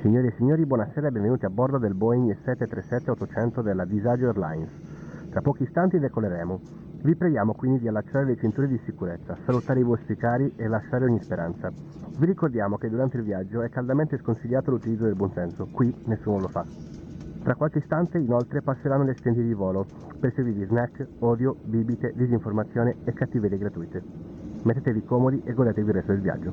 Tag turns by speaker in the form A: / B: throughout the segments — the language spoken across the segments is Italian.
A: Signore e signori, buonasera e benvenuti a bordo del Boeing 737-800 della Disagio Airlines. Tra pochi istanti decoleremo. Vi preghiamo quindi di allacciare le cinture di sicurezza, salutare i vostri cari e lasciare ogni speranza. Vi ricordiamo che durante il viaggio è caldamente sconsigliato l'utilizzo del buonsenso, qui nessuno lo fa. Tra qualche istante inoltre passeranno le stenti di volo per servirvi snack, odio, bibite, disinformazione e cattiverie gratuite. Mettetevi comodi e godetevi il resto del viaggio.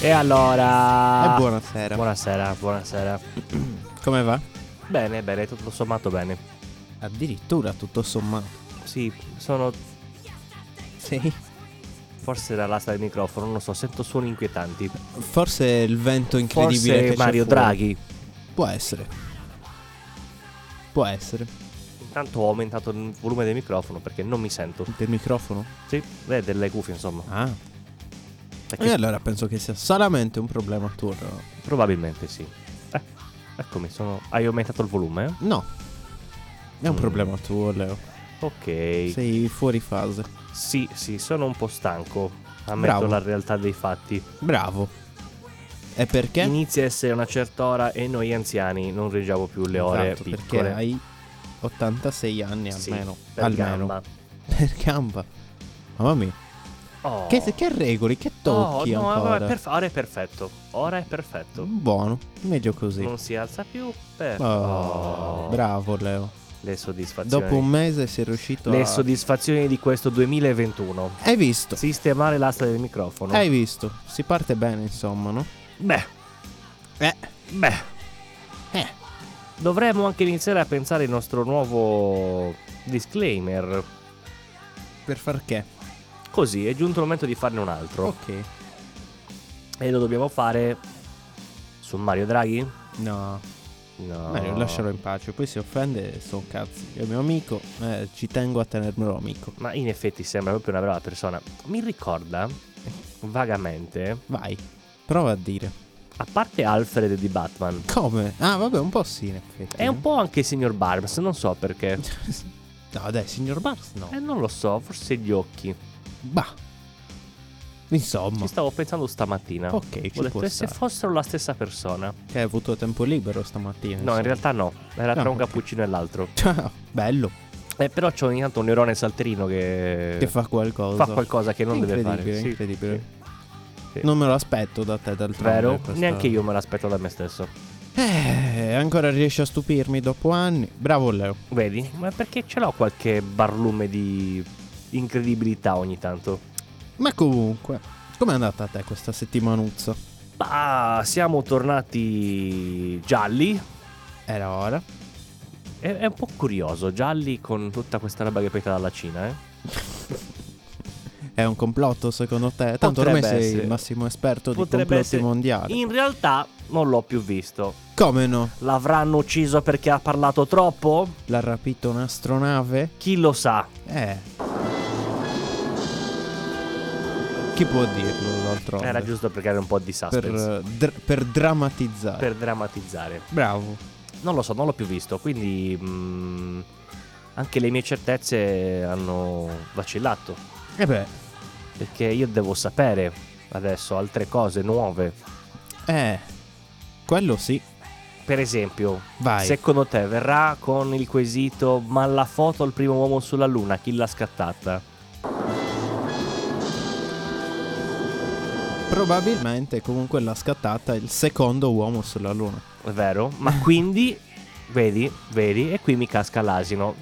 B: E allora...
C: E buonasera.
B: Buonasera, buonasera.
C: Come va?
B: Bene, bene, tutto sommato bene.
C: Addirittura tutto sommato.
B: Sì, sono
C: Sì.
B: forse dall'asta del microfono, non so, sento suoni inquietanti.
C: Forse il vento incredibile che
B: Forse
C: c'è
B: Mario
C: fuori.
B: Draghi.
C: Può essere. Può essere.
B: Intanto ho aumentato il volume del microfono perché non mi sento.
C: Del microfono?
B: Sì, beh, delle cuffie insomma.
C: Ah.
B: Perché
C: E Eh, allora penso che sia solamente un problema tuo. no?
B: Probabilmente sì. Eh, eccomi, sono... hai aumentato il volume? eh?
C: No. È un
B: Mm.
C: problema tuo, Leo.
B: Ok.
C: Sei fuori fase.
B: Sì, sì, sono un po' stanco. Ammetto
C: Bravo.
B: la realtà dei fatti.
C: Bravo. E perché?
B: Inizia a essere una certa ora e noi anziani non reggiamo più le ore
C: Esatto, perché
B: piccole.
C: hai 86 anni
B: Sì,
C: almeno.
B: per
C: almeno.
B: gamba.
C: Per gamba. Mamma mia.
B: Oh.
C: Che, che regoli, che
B: Oh,
C: tocchi
B: no,
C: ancora. Mm,
B: vabbè, perf- ora è perfetto. Ora è perfetto.
C: Buono, meglio così.
B: Non si alza più per
C: Oh,
B: Oh,
C: Bravo Leo.
B: le soddisfazioni.
C: Dopo un mese sei riuscito
B: le
C: a...
B: soddisfazioni eh. di questo 2021.
C: Hai visto?
B: Sistemare l'asta del microfono.
C: Hai visto? Si parte bene insomma, no?
B: Beh,
C: Eh.
B: beh,
C: Eh.
B: dovremmo anche iniziare a pensare il nostro nuovo disclaimer.
C: Per far che?
B: Così è giunto il momento di farne un altro.
C: Ok.
B: E lo dobbiamo fare su Mario Draghi?
C: No,
B: No.
C: Mario lascialo in pace, poi si offende son cazzi. È mio amico, eh, ci tengo a tenermelo amico.
B: Ma in effetti sembra proprio una brava persona. Mi ricorda vagamente,
C: Vai, prova a dire.
B: a parte Alfred di Batman,
C: Come? Ah vabbè, un po' sì in effetti.
B: è un po' anche il signor Barnes, non so perché.
C: No dai, signor Bars no.
B: Eh, non lo so, forse gli occhi.
C: Bah. Insomma.
B: Ci stavo pensando stamattina. Ho
C: Ok, ci può
B: detto, e se
C: stare. Eh,
B: fossero la stessa persona?
C: Che Cioè, hai avuto tempo libero stamattina.
B: No, in realtà no, era tra
C: No,
B: un
C: ok.
B: cappuccino e l'altro.
C: Ciao, bello.
B: Eh, però c'ho ogni tanto un neurone salterino che,
C: Che fa qualcosa.
B: fa qualcosa che non deve fare.
C: Incredibile,
B: Sì,
C: incredibile.
B: sì.
C: Non me lo aspetto da te dal
B: sì. Vero? Neanche io me l'aspetto da me stesso.
C: Eh, ancora riesci a stupirmi dopo anni. Bravo Leo.
B: Vedi? Ma perché ce l'ho qualche barlume di incredibilità ogni tanto?
C: Ma comunque, com'è andata a te questa settimanuzza?
B: Bah, siamo tornati gialli.
C: Era ora.
B: È, è un po' curioso, gialli con tutta questa roba che peta dalla Cina, eh?
C: È un complotto secondo te? Tanto ormai
B: Potrebbe
C: sei
B: essere.
C: il massimo esperto di
B: Potrebbe
C: complotti
B: essere-
C: mondiali.
B: In realtà non l'ho più visto.
C: Come no?
B: L'avranno ucciso perché ha parlato troppo?
C: L'ha rapito un'astronave?
B: Chi lo sa?
C: Eh. Chi può dirlo d'altronde?
B: Era giusto per eh, creare un po' di suspense.
C: per, dr- per drammatizzare.
B: Per drammatizzare.
C: Bravo.
B: Non lo so, non l'ho più visto, quindi... mm, anche le mie certezze hanno vacillato.
C: E Eh beh,
B: Perché io devo sapere adesso altre cose nuove.
C: eh, quello sì.
B: Per esempio,
C: Vai.
B: secondo te verrà con il quesito ma la foto al primo uomo sulla luna, chi l'ha scattata?
C: Probabilmente comunque l'ha scattata il secondo uomo sulla Luna.
B: È vero? Ma quindi, vedi, vedi, e qui mi casca l'asino.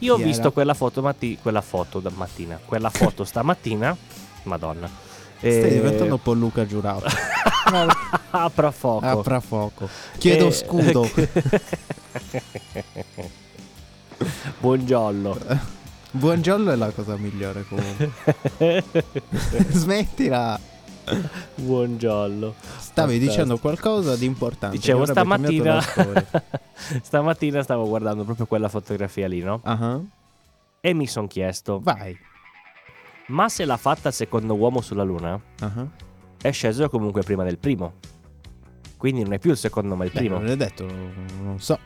B: Io ho
C: Chi
B: visto
C: era?
B: quella foto, matti- quella foto da mattina, quella foto stamattina, madonna.
C: Stai
B: Eh,
C: diventando un po' Luca Giurato.
B: apra fuoco.
C: Apra fuoco. Chiedo
B: Eh,
C: scudo.
B: Buongiorno.
C: Buongiorno è la cosa migliore comunque. Smettila.
B: Buon giallo. Fantastico.
C: Stavi dicendo qualcosa di importante.
B: Dicevo
C: che avrebbe
B: stamattina,
C: cambiato la storia.
B: stamattina stavo guardando proprio quella fotografia lì, no?
C: Ah,
B: E mi sono chiesto,
C: Vai.
B: ma se l'ha fatta il secondo uomo sulla Luna,
C: Ah,
B: è sceso comunque prima del primo. Quindi non è più il secondo, ma il
C: Beh,
B: primo.
C: non l'hai detto, non so.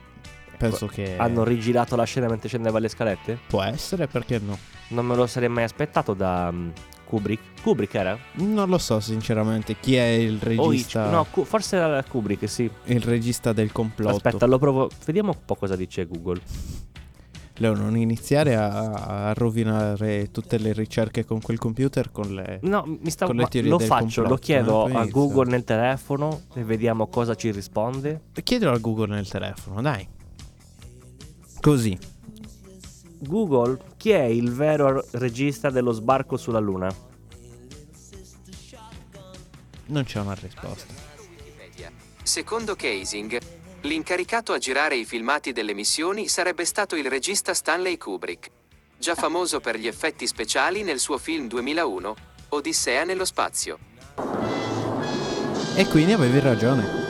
C: Penso che
B: Hanno rigirato la scena mentre scendeva le scalette?
C: può essere, perché no?
B: Non me lo sarei mai aspettato da mm, Kubrick. Kubrick era?
C: Non lo so sinceramente chi è il
B: O
C: regista,
B: Hitch- Oh, no, Ku- forse era Kubrick, sì.
C: il regista del complotto.
B: Aspetta, lo provo. Vediamo un po' cosa dice Google.
C: Leo, non iniziare a, a rovinare tutte le ricerche con quel computer con le...
B: No, mi stavo.
C: Con le
B: ma
C: teorie
B: Lo
C: del
B: faccio, lo
C: complotto,
B: chiedo
C: eh,
B: a
C: pensa.
B: Google nel telefono e vediamo cosa ci risponde.
C: Chiedilo a Google nel telefono, dai. Così.
B: Google, chi è il vero regista dello sbarco sulla Luna?
C: Non c'è una risposta.
D: Wikipedia. Secondo Casing, l'incaricato a girare i filmati delle missioni sarebbe stato il regista Stanley Kubrick, già famoso per gli effetti speciali nel suo film 2001, Odissea nello spazio.
C: E quindi avevi ragione.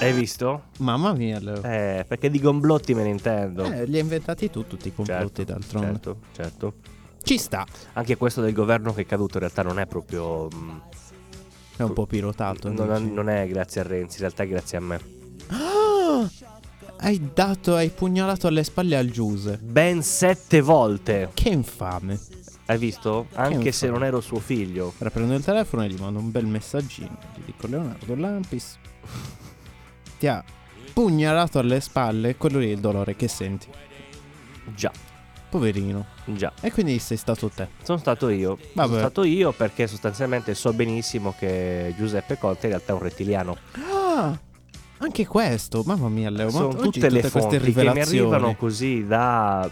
B: Hai visto?
C: Mamma mia, Leo. Eh,
B: Eh, perché di gomblotti me ne intendo.
C: li hai inventati tu tutti i Eh, complotti d'altronde.
B: certo, certo.
C: Ci sta.
B: Anche questo del governo che è caduto in realtà non è proprio... mh,
C: È un po' pilotato.
B: non,
C: dici.
B: non è grazie a Renzi, in realtà è grazie a me.
C: Ah! Hai dato, hai pugnalato alle spalle al Giuse.
B: Ben sette volte.
C: Che infame.
B: Hai visto? Anche se
C: infame.
B: non ero suo figlio.
C: Ora prendo il telefono e gli mando un bel messaggino. Gli dico Leonardo Lampis. Ti ha pugnalato alle spalle quello lì è il dolore che senti.
B: Già,
C: Poverino.
B: già.
C: E quindi sei stato te.
B: Sono stato io. Sono
C: Vabbè.
B: stato io perché sostanzialmente so benissimo che Giuseppe Conte in realtà è un rettiliano.
C: Ah! Anche questo, mamma mia, Leo, Eh, ma
B: Sono
C: oggi
B: tutte le
C: queste
B: fonti che mi
C: rivelazioni.
B: arrivano così da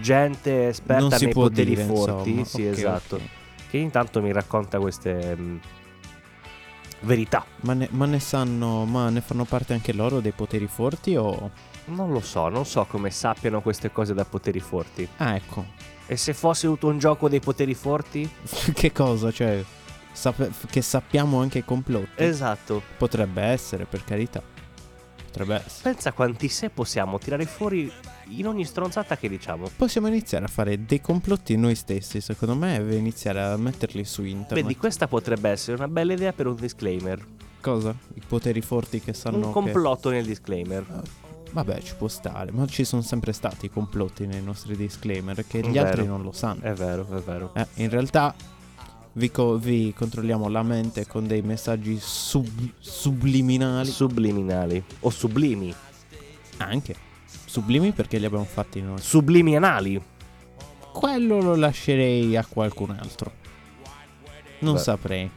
B: gente esperta
C: non si
B: nei
C: può
B: poteri
C: dire,
B: forti.
C: insomma.
B: Sì,
C: Ok,
B: esatto.
C: ok.
B: Che intanto mi racconta queste mh, verità.
C: Ma ne, ma ne sanno, ma ne fanno parte anche loro dei poteri forti o...
B: Non lo so, non so come sappiano queste cose da poteri forti.
C: Ah, ecco.
B: E se fosse tutto un gioco dei poteri forti?
C: che cosa, cioè... sape- che sappiamo anche i complotti?
B: Esatto.
C: Potrebbe essere, per carità. Potrebbe essere.
B: Pensa quanti se possiamo tirare fuori in ogni stronzata che diciamo.
C: Possiamo iniziare a fare dei complotti noi stessi, secondo me, e iniziare a metterli su internet.
B: Vedi, questa potrebbe essere una bella idea per un disclaimer.
C: cosa? I poteri forti che sanno...
B: un
C: che- Eh,
B: complotto nel disclaimer.
C: Vabbè, ci può stare, ma ci sono sempre stati i complotti nei nostri disclaimer che gli
B: Vero.
C: altri non lo sanno.
B: È vero, è vero.
C: Eh, in realtà vi, co- vi controlliamo la mente con dei messaggi sub- subliminali.
B: Subliminali. O sublimi.
C: Anche. Sublimi perché li abbiamo fatti noi.
B: Subliminali.
C: Quello lo lascerei a qualcun altro. Non
B: Beh.
C: saprei.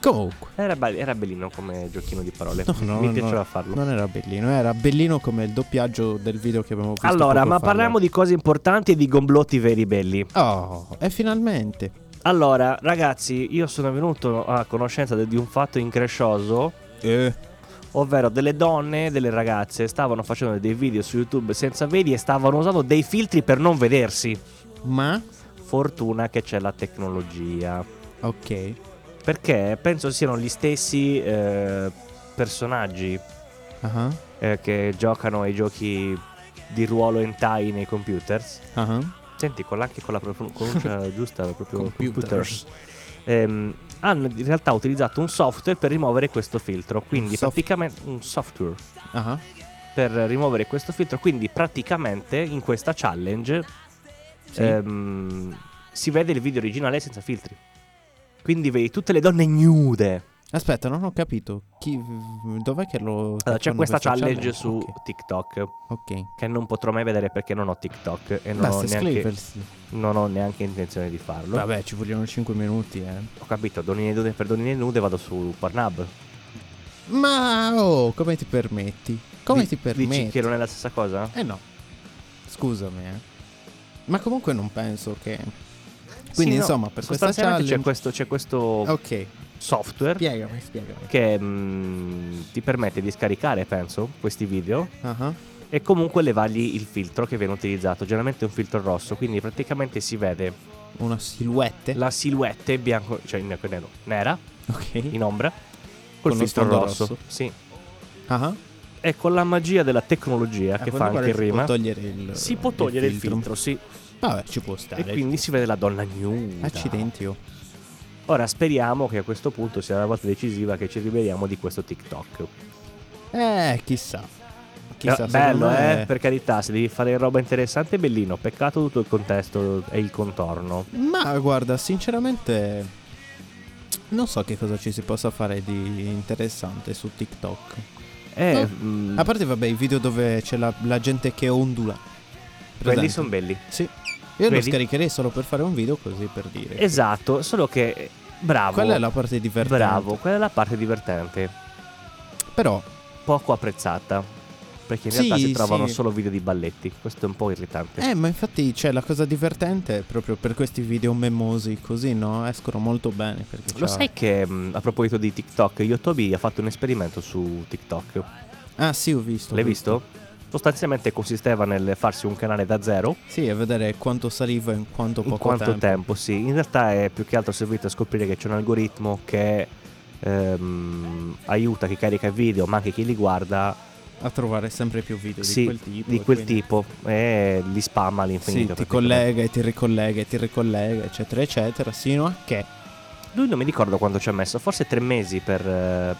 C: Comunque.
B: Era, be- era bellino come giochino di parole.
C: No, no,
B: Mi
C: no,
B: piaceva
C: no,
B: farlo.
C: Non era bellino, era bellino come il doppiaggio del video che abbiamo visto.
B: allora,
C: poco
B: ma
C: fa.
B: parliamo di cose importanti e di gomblotti veri belli.
C: Oh, e finalmente.
B: Allora, ragazzi, io sono venuto a conoscenza de- di un fatto increscioso.
C: Eh.
B: Ovvero delle donne, delle ragazze stavano facendo dei video su YouTube senza vedi e stavano usando dei filtri per non vedersi.
C: Ma
B: Fortuna che c'è la tecnologia.
C: ok.
B: Perché penso siano gli stessi eh, personaggi
C: Ah,
B: eh, che giocano ai giochi di ruolo hentai nei computers.
C: ah.
B: Senti, con la- anche con la pro- pronuncia giusta, proprio
C: Computers.
B: computers. Ehm, hanno in realtà utilizzato un software per rimuovere questo filtro. Quindi
C: soft-
B: praticamente un software
C: Ah.
B: per rimuovere questo filtro. Quindi praticamente in questa challenge
C: Sì.
B: ehm, si vede il video originale senza filtri. Quindi vedi tutte le donne nude.
C: Aspetta, non ho capito. Chi... Dov'è che lo.
B: Allora, c'è
C: fanno
B: questa challenge su
C: Ok.
B: TikTok
C: ok.
B: che non potrò mai vedere perché non ho TikTok e non ho,
C: Basta
B: neanche,
C: scriversi.
B: non ho neanche intenzione di farlo.
C: Vabbè, ci vogliono 5 minuti, eh.
B: Ho capito, donine nude per donine nude vado su Pornhub.
C: Ma oh, come ti permetti? Come
B: Di-
C: ti
B: Dici
C: permetti?
B: che non è la stessa cosa?
C: Eh no. Scusami, eh. Ma comunque non penso che.
B: Eh Sì,
C: Quindi,
B: no,
C: insomma, per questa
B: sostanzialmente
C: challenge.
B: c'è questo, c'è questo
C: Ok,
B: software
C: spiegami, spiegami.
B: che mm, ti permette di scaricare, penso, questi video
C: Ah, ah.
B: e comunque levargli il filtro che viene utilizzato, generalmente è un filtro rosso, quindi praticamente si vede
C: Una silhouette.
B: la silhouette bianco, cioè in bianco e nero, nera,
C: Ok.
B: in ombra, col
C: Con lo
B: filtro
C: sfondo
B: rosso.
C: rosso.
B: Sì.
C: Ah,
B: E con la magia della
C: Eh,
B: tecnologia che fa anche in rima,
C: Si può togliere il,
B: si può togliere il filtro, sì.
C: Vabbè, ci può
B: E
C: stare.
B: quindi si vede la donna nuda.
C: Accidenti, oh.
B: Ora speriamo che a questo punto sia la volta decisiva che ci liberiamo di questo TikTok.
C: Eh, chissà. Chissà,
B: Eh,
C: secondo
B: bello,
C: me-
B: eh, per carità, se devi fare roba interessante, bellino. Peccato tutto il contesto e il contorno.
C: Ma guarda, sinceramente... Non so che cosa ci si possa fare di interessante su TikTok.
B: Eh,
C: No.
B: mh,
C: A parte, vabbè, i video dove c'è la, la gente che ondula.
B: quelli
C: Presente?
B: sono belli.
C: Sì. Io lo
B: Vedi?
C: scaricherei solo per fare un video così per dire.
B: Esatto, solo che bravo.
C: Quella è la parte divertente.
B: Bravo, quella è la parte divertente,
C: Però,
B: poco apprezzata. Perché in
C: Sì,
B: realtà si trovano
C: sì.
B: solo video di balletti. Questo è un po' irritante.
C: eh, ma infatti, cioè, la cosa divertente è proprio per questi video memosi così, no? Escono molto bene. Perché
B: Lo
C: c'ha-
B: sai che mh, Cioè, mm, a proposito di TikTok, Yotobi ha fatto un esperimento su TikTok.
C: Ah, sì, ho visto.
B: L'hai
C: ho
B: visto? Sostanzialmente consisteva nel farsi un canale da zero.
C: Sì, e vedere quanto saliva in quanto poco
B: in quanto tempo.
C: tempo.
B: sì. In realtà è più che altro servito a scoprire che c'è un algoritmo che ehm, aiuta chi carica i video, ma anche chi li guarda
C: A trovare sempre più video
B: sì,
C: di quel tipo.
B: di quel
C: quindi-
B: tipo e li spamma
C: Sì,
B: all'infinito.
C: ti
B: praticamente.
C: collega e ti ricollega e ti ricollega, eccetera, eccetera, sino a che...
B: Lui non mi ricordo quanto ci ha messo, forse tre mesi per... eh,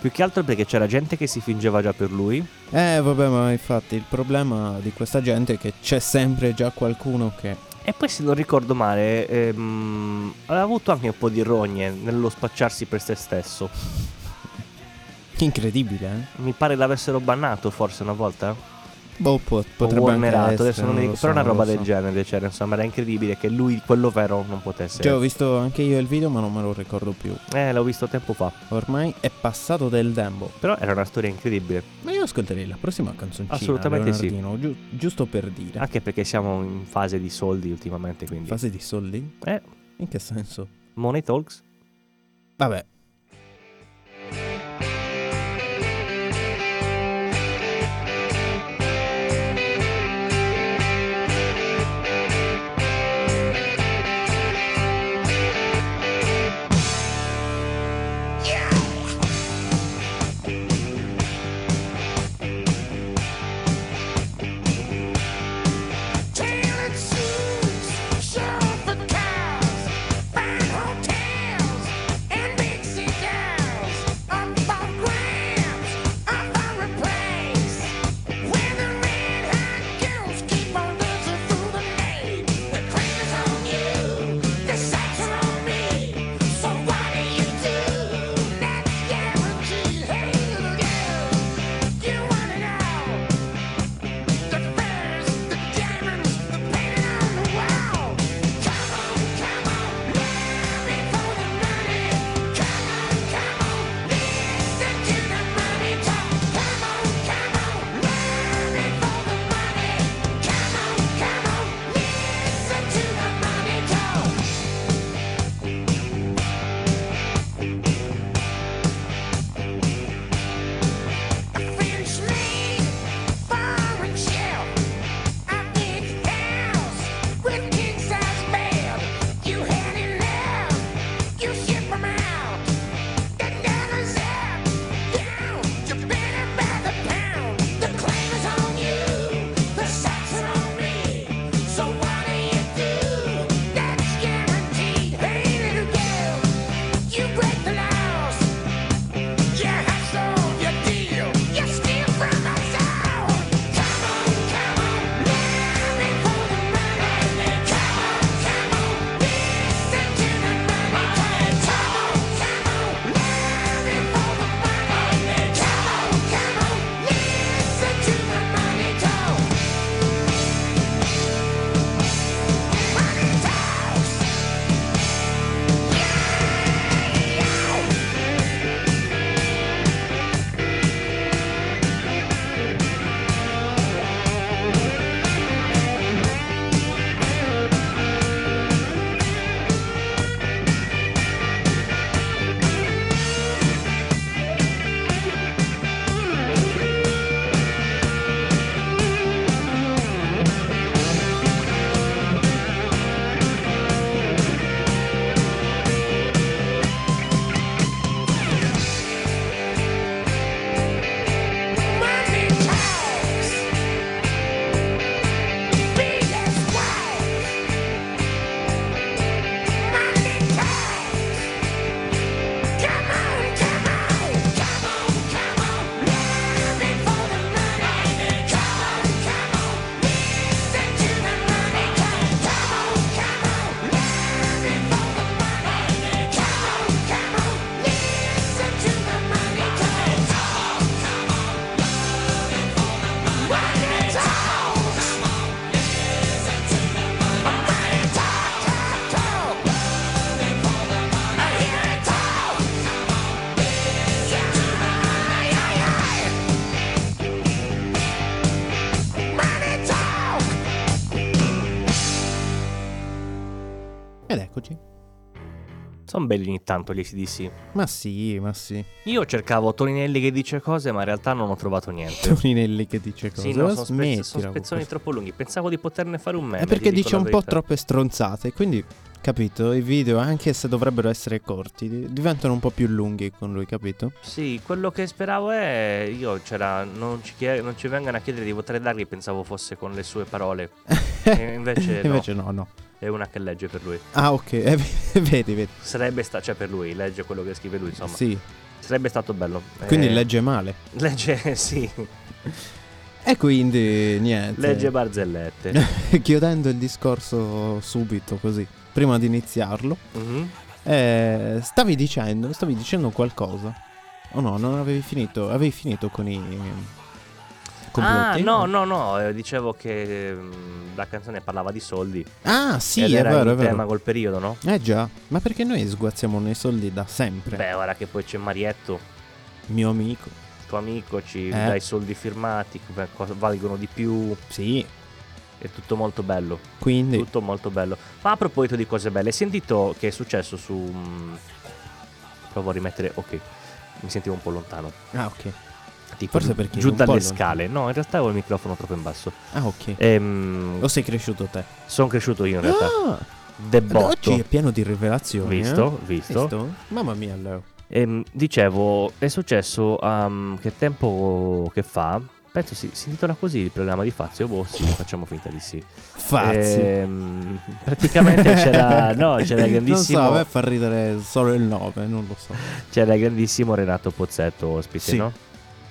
B: più che altro perché c'era gente che si fingeva già per lui.
C: Eh vabbè ma infatti il problema di questa gente è che c'è sempre già qualcuno che...
B: E poi se non ricordo male, ehm, aveva avuto anche un po' di rogne nello spacciarsi per se stesso.
C: Incredibile
B: Mi pare l'avessero bannato forse una volta.
C: eh? Boh po-
B: o
C: potrebbe anche
B: warnerato,
C: essere,
B: adesso non mi
C: lo
B: ricordo,
C: so,
B: però una
C: non
B: roba
C: lo
B: del
C: so.
B: genere, cioè, c'era, insomma, era incredibile che lui, quello vero, non potesse.
C: Cioè ho visto anche io il video ma non me lo ricordo più.
B: Eh, l'ho visto tempo fa,
C: Ormai è passato del tempo.
B: però era una storia incredibile,
C: Ma io ascolterei la prossima canzoncina.
B: Assolutamente sì.
C: Leonardino, giu- giusto per dire.
B: anche perché siamo in fase di soldi ultimamente, quindi...
C: Fase di soldi?
B: Eh,
C: In che senso?
B: Money Talks?
C: Vabbè.
E: Tailored suits, chauffeur cars, fine hotels, and big cities.
C: Ed eccoci.
B: Sono belli ogni tanto gli ACDC.
C: Ma sì, ma sì.
B: Io cercavo Toninelli che dice cose, ma in realtà non ho trovato niente.
C: Toninelli che dice cosa.
B: Sì, no,
C: Ma
B: sono, spezz-
C: smettila
B: sono
C: con
B: spezzoni
C: questo.
B: troppo lunghi. Pensavo di poterne fare un meme.
C: È perché
B: ti dico
C: dice
B: la
C: un po'
B: verità.
C: troppe stronzate, quindi capito, i video anche se dovrebbero essere corti di- diventano un po' più lunghi con lui, capito?
B: Sì, quello che speravo è. Io c'era. Non ci, chie- non ci vengano a chiedere di votare Draghi, pensavo fosse con le sue parole. E invece no.
C: Invece no, no.
B: È una che legge per lui.
C: Ah, ok, eh, vedi, vedi.
B: Sarebbe stato. Cioè, per lui, legge quello che scrive lui, insomma.
C: Sì,
B: Sarebbe stato bello.
C: quindi
B: Eh,
C: legge male.
B: Legge, sì.
C: E quindi niente.
B: Legge barzellette.
C: Chiudendo il discorso subito così, prima di iniziarlo,
B: Mhm.
C: eh, stavi dicendo, stavi dicendo qualcosa. Oh no, non avevi finito, avevi finito con i
B: Ah,
C: complotti?
B: no, no, no. eh, Dicevo che mm, la canzone parlava di soldi.
C: Ah, sì,
B: ed
C: è
B: era
C: vero, è
B: in
C: vero.
B: tema col periodo, no?
C: Eh già, ma perché noi sguazziamo nei soldi da sempre?
B: Beh, ora che poi c'è Marietto,
C: Mio amico.
B: tuo amico, ci
C: Eh.
B: dai soldi firmati, co- cosa- valgono di più,
C: Sì.
B: è tutto molto bello,
C: Quindi,
B: tutto molto bello. Ma a proposito di cose belle, hai sentito che è successo su... mm, provo a rimettere, ok, mi sentivo un po' lontano.
C: ah ok.
B: Dico,
C: Forse
B: giù-
C: perché
B: Giù
C: un po'
B: dalle
C: lontano.
B: scale, no, in realtà avevo il microfono troppo in basso.
C: Ah ok.
B: Ehm,
C: O sei cresciuto te?
B: sono cresciuto io in realtà,
C: Ah,
B: debotto.
C: oggi è pieno di rivelazioni. eh.
B: Visto, visto.
C: Visto? Mamma mia, Leo.
B: Ehm, dicevo, è successo um, che tempo che fa? Penso si, si intitola così il programma di Fazio. Boh, sì, facciamo finta di sì.
C: Fazzi.
B: Ehm, praticamente c'era, no, c'era, il grandissimo,
C: Non so, a me fa ridere solo il 9, non lo so.
B: c'era il Cioè, grandissimo Renato Pozzetto ospite,
C: Sì.
B: no?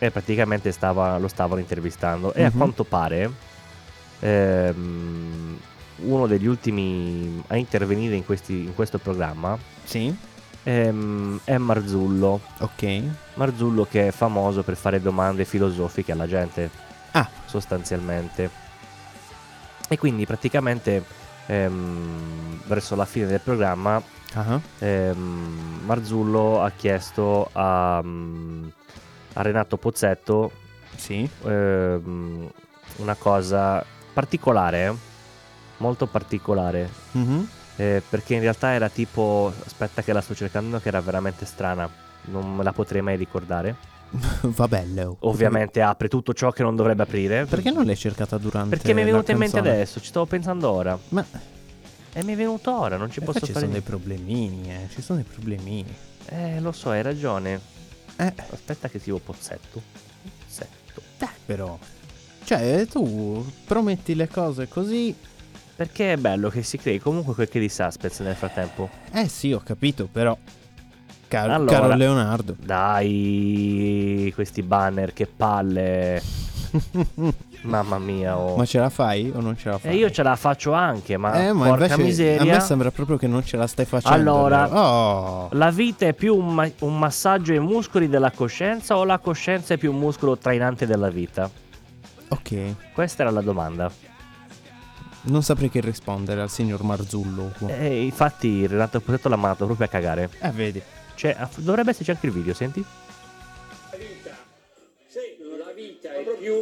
B: E praticamente stava- lo stavano intervistando. E a
C: Mhm.
B: quanto pare, ehm, uno degli ultimi a intervenire in, questi- in questo programma
C: Sì.
B: ehm, è Marzullo.
C: Ok.
B: Marzullo che è famoso per fare domande filosofiche alla gente.
C: Ah.
B: Sostanzialmente. E quindi praticamente ehm, verso la fine del programma
C: Ah, ah.
B: ehm, Marzullo ha chiesto a, mm, a Renato Pozzetto
C: Sì.
B: ehm, una cosa particolare, molto particolare,
C: Mhm.
B: eh, perché in realtà era tipo, aspetta che la sto cercando, che era veramente strana, non me la potrei mai ricordare.
C: Vabbè, Leo.
B: Ovviamente apre tutto ciò che non dovrebbe aprire.
C: oh. Perché non l'hai cercata durante
B: Perché mi è venuto
C: la
B: in mente
C: canzone?
B: adesso, ci stavo pensando ora.
C: Ma
B: E mi è venuto ora, non ci
C: eh,
B: posso
C: qua ci
B: fare.
C: sono dei problemini, eh. Ci sono dei problemini.
B: Eh, lo so, hai ragione.
C: Eh,
B: Aspetta che scrivo pozzetto. Pozzetto.
C: dai, però. Cioè, tu prometti le cose così.
B: Perché è bello che si crei comunque quel che di suspense nel frattempo.
C: Eh sì, ho capito, però. Caro,
B: Allora.
C: caro Leonardo.
B: Dai, questi banner, che palle. Mamma mia, oh.
C: Ma ce la fai o non ce la fai?
B: E Eh, io ce la faccio anche, ma,
C: Eh, ma
B: porca
C: invece
B: miseria.
C: a me sembra proprio che non ce la stai facendo.
B: Allora.
C: Leo. Oh.
B: La vita è più un, ma- un massaggio ai muscoli della coscienza o la coscienza è più un muscolo trainante della vita?
C: Ok,
B: Questa era la domanda.
C: Oh. non saprei che rispondere al signor Marzullo. qua.
B: E infatti Renato Pozzetto l'ha mandato proprio a cagare.
C: Eh, vedi.
B: Cioè, aff- dovrebbe esserci anche il video, senti?
E: No, la vita, è più,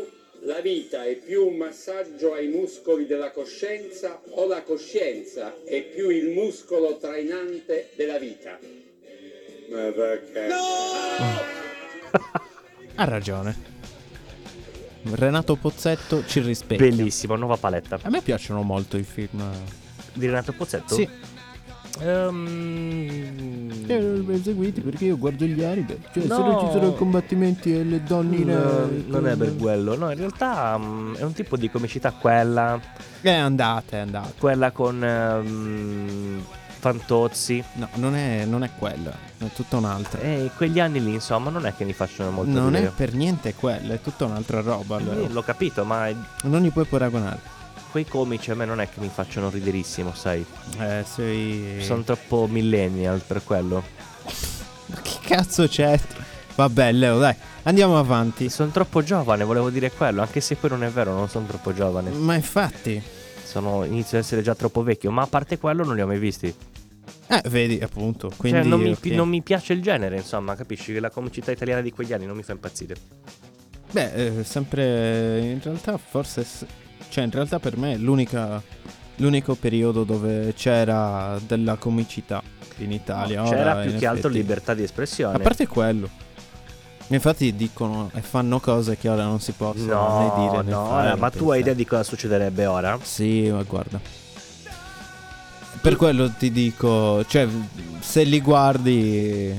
E: la vita è più un massaggio ai muscoli della coscienza o la coscienza è più il muscolo trainante della vita? Ma perché?
C: Ha ragione. Renato Pozzetto ci rispecchia.
B: Bellissimo, nuova paletta.
C: A me piacciono molto i film. eh.
B: Di Renato Pozzetto?
C: Sì, Eh,
B: Ehm...
C: seguiti perché io guardo gli anime. Cioè,
B: se non ci sono
C: combattimenti e le eh,
B: No, eh, non è per quello, no, in realtà mm, è un tipo di comicità quella,
C: Eh, andate, andate.
B: quella con ehm, Fantozzi,
C: No, non è, non è quello. È tutta un'altra.
B: e quegli anni lì insomma non è che mi facciano molto
C: non
B: ridere.
C: è per niente quello, è tutta un'altra roba.
B: Sì,
C: allora.
B: L'ho capito, ma
C: Non li puoi paragonare.
B: quei comici a me non è che mi facciano riderissimo, sai.
C: Eh, sei.
B: Sono troppo millennial per quello.
C: Ma che cazzo c'è? Vabbè, Leo, dai, andiamo avanti.
B: Sono troppo giovane, volevo dire quello, anche se poi non è vero, non sono troppo giovane.
C: Ma infatti,
B: Sono, inizio ad essere già troppo vecchio, ma a parte quello non li ho mai visti.
C: eh, vedi, appunto. Quindi,
B: cioè, non mi,
C: ok.
B: non mi piace il genere, insomma, capisci? Che la comicità italiana di quegli anni non mi fa impazzire.
C: Beh, eh, sempre in realtà, forse. s- Cioè, in realtà per me l'unica l'unico periodo dove c'era della comicità in Italia.
B: C'era
C: ora,
B: più
C: in
B: che altro
C: effetti-
B: libertà di espressione.
C: A parte quello. Infatti dicono e fanno cose che ora non si possono
B: no,
C: né dire né
B: no, eh,
C: fare, né
B: ma tu hai
C: pensare.
B: idea di cosa succederebbe ora?
C: Sì, ma guarda. Per quello ti dico, cioè, se li guardi...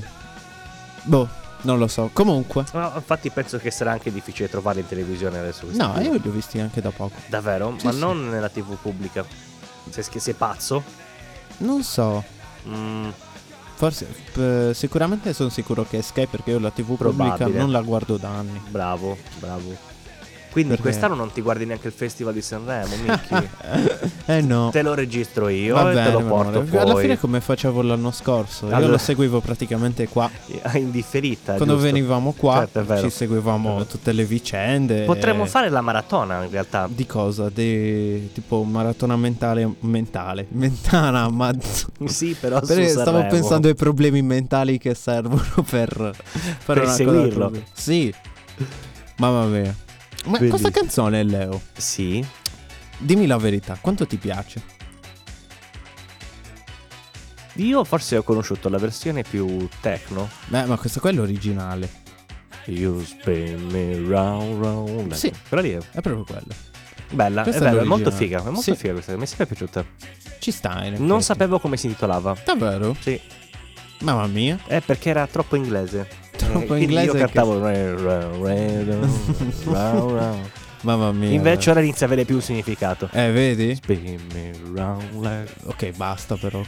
C: Boh, non lo so. Comunque...
B: Ma infatti penso che sarà anche difficile trovarli in televisione adesso. questi
C: No,
B: film.
C: io li ho visti anche da poco.
B: Davvero?
C: Sì,
B: ma
C: sì.
B: non nella TV pubblica. Se che sei pazzo?
C: Non so,
B: Mm,
C: forse... p- sicuramente sono sicuro che è Sky perché io la TV pubblica
B: Probabile.
C: non la guardo da anni.
B: bravo, bravo. Quindi
C: Perché?
B: quest'anno non ti guardi neanche il Festival di Sanremo, Miki.
C: Eh no.
B: te lo registro io
C: Va
B: e te
C: bene,
B: lo
C: mi
B: porto
C: amore.
B: poi.
C: Alla fine come facevo l'anno scorso, io
B: Allora-
C: lo seguivo praticamente qua.
B: in differita.
C: Quando
B: giusto?
C: venivamo qua
B: Certo, è vero.
C: ci seguivamo tutte le vicende.
B: Potremmo
C: e-
B: fare la maratona in realtà.
C: Di cosa? Di tipo maratona mentale mentale. Mentana, ma
B: Sì, però su
C: Perché stavo
B: Sanremo.
C: pensando ai problemi mentali che servono per fare
B: Per
C: una
B: seguirlo.
C: cosa. Sì. Mamma mia. Ma
B: Quindi-
C: questa canzone, Leo,
B: Sì.
C: dimmi la verità, quanto ti piace?
B: Io forse ho conosciuto la versione più techno.
C: Beh, ma questa qua è l'originale.
B: You spin me round round.
C: Sì.
B: Quella lì è
C: È proprio quella.
B: bella, è,
C: Questa è
B: bella, è molto
C: l'originale.
B: figa, è molto
C: Sì.
B: figa questa, mi è sempre piaciuta.
C: Ci sta, in
B: Non
C: effetti.
B: sapevo come si intitolava.
C: Davvero?
B: Sì,
C: Mamma mia.
B: è perché era troppo inglese.
C: Troppo
B: Eh, quindi
C: inglese
B: Io
C: che-
B: cantavo round, round, round, round, round.
C: Mamma mia.
B: Invece ora inizia a avere più un significato.
C: Eh, vedi?
B: Spin me round like-
C: Ok, basta però.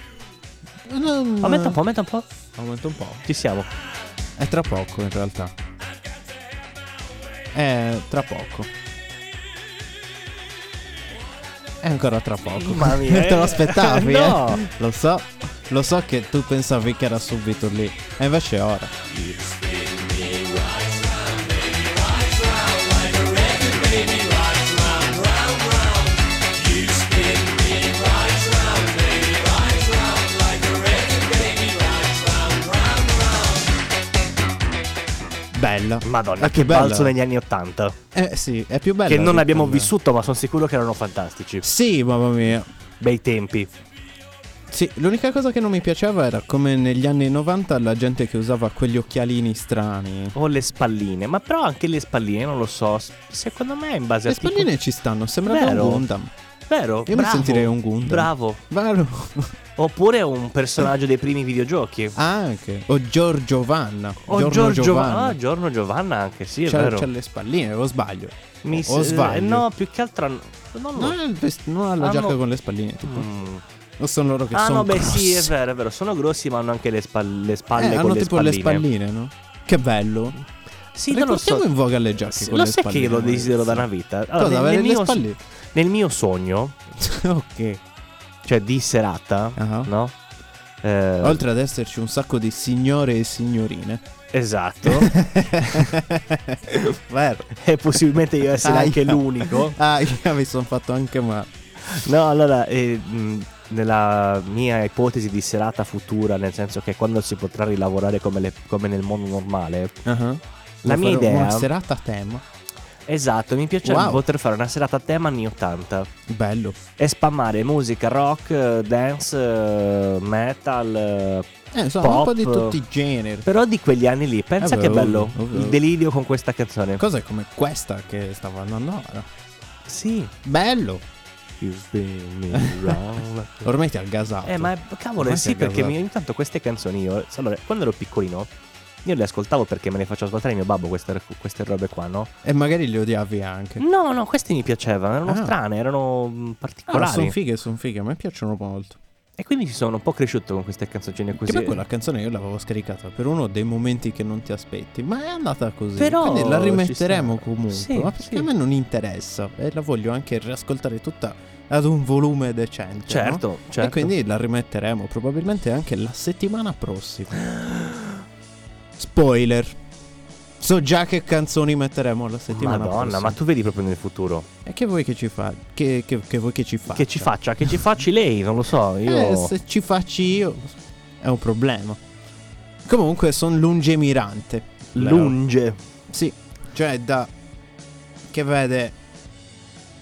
C: Non-
B: Aumenta un po', aumenta un po'.
C: Aumenta un po'.
B: Ci siamo.
C: È tra poco in realtà. È tra poco. È ancora tra poco.
B: Mamma mia,
C: Te lo
B: eh.
C: aspettavi?
B: No.
C: eh? Lo so. Lo so che tu pensavi che era subito lì. E invece è ora. Bella.
B: Madonna,
C: Ah,
B: che
C: che bella.
B: balzo negli anni Ottanta.
C: Eh sì, è più bella.
B: Che non
C: di
B: abbiamo
C: quella.
B: vissuto, ma sono sicuro che erano fantastici.
C: Sì, mamma mia.
B: Bei tempi.
C: Sì, l'unica cosa che non mi piaceva era come negli anni 90 la gente che usava quegli occhialini strani.
B: O le spalline, ma però anche le spalline, non lo so. s- Secondo me è in base
C: Le
B: a tipo-
C: spalline ci stanno, sembrava
B: Vero?
C: un Gundam.
B: Vero?
C: mi
B: bravo,
C: sentirei un Gundam.
B: Bravo.
C: Vero?
B: Oppure un personaggio dei primi videogiochi.
C: Anche. O Giorgio Vanna.
B: O
C: Ah, Giorno
B: Giorgio
C: Giovanna.
B: Ah, Giorno Giovanna anche, sì, è
C: c'ha,
B: vero.
C: c'ha le spalline, o sbaglio.
B: Mi
C: o
B: s- eh,
C: sbaglio.
B: No, più che altro hanno- non lo
C: Non, ha il vest- non ha la
B: Ah,
C: giacca
B: no.
C: con le spalline, tipo.
B: Mm.
C: O sono loro che
B: Ah
C: sono
B: no, beh sì, è
C: grossi?
B: vero, è vero. Sono grossi ma hanno anche le, spal- le spalle
C: Eh,
B: con
C: hanno
B: le
C: tipo
B: spalline.
C: le spalline, no? Che bello.
B: Sì, non lo so.
C: Riportiamo in voga le giacche
B: Sì,
C: con
B: lo
C: le
B: sai che
C: spalline.
B: io lo desidero da una
C: ragazzi.
B: vita. Allora,
C: Cosa,
B: nel,
C: avere
B: nel
C: le
B: mio,
C: spalline?
B: nel mio sogno,
C: ok.
B: cioè di serata,
C: Ah.
B: no? Eh,
C: Oltre ad esserci un sacco di signore e signorine.
B: esatto.
C: Vero.
B: e possibilmente io essere
C: Aia.
B: anche l'unico.
C: Ah, io mi sono fatto anche male.
B: No, allora, eh, mh, nella mia ipotesi di serata futura, nel senso che quando si potrà rilavorare come, le- come nel mondo normale, La
C: Devo
B: mia
C: fare Una
B: idea-
C: serata a tema.
B: esatto, mi piacerebbe
C: Wow.
B: poter fare una serata a tema anni 80.
C: Bello.
B: e spammare musica rock, eh, dance, eh, metal. eh,
C: Eh, insomma, un
B: Pop.
C: po' di tutti i generi.
B: Però di quegli anni lì, pensa
C: Eh beh,
B: che bello
C: ovvio, ovvio.
B: il delirio con questa canzone.
C: Cosa è come questa che stava andando ora.
B: sì.
C: Bello.
B: eh,
C: Ormai ti ha gasato.
B: ma cavolo,
C: Ormai
B: sì,
C: ti ha
B: perché
C: gasato.
B: mi- ogni tanto queste canzoni io. Allora, quando ero piccolino, io le ascoltavo perché me le faceva ascoltare mio babbo queste, queste robe qua, no?
C: E magari li odiavi anche.
B: No, no, queste mi piacevano, erano
C: Ah.
B: strane, erano mh,
C: Ah,
B: particolari.
C: sono fighe, sono fighe, a me piacciono molto.
B: e quindi ci sono un po' cresciuto con queste canzoncine così.
C: Che poi quella canzone io l'avevo scaricata per uno dei momenti che non ti aspetti, ma è andata così.
B: Però
C: Quindi la
B: ci
C: rimetteremo
B: sta.
C: comunque.
B: Sì,
C: ma
B: sì.
C: perché a me non interessa e la voglio anche riascoltare tutta ad un volume decente.
B: Certo,
C: no?
B: certo.
C: E quindi la rimetteremo probabilmente anche la settimana prossima. Spoiler. So già che canzoni metteremo la settimana
B: Madonna,
C: prossima.
B: ma tu vedi proprio nel futuro.
C: E che vuoi che ci fa? Che, che- che vuoi che ci faccia?
B: Che ci faccia, che ci facci lei, non lo so. Io...
C: Eh, se ci facci io è un problema. Comunque sono lungemirante. Leo.
B: Lunge.
C: Sì, cioè da che vede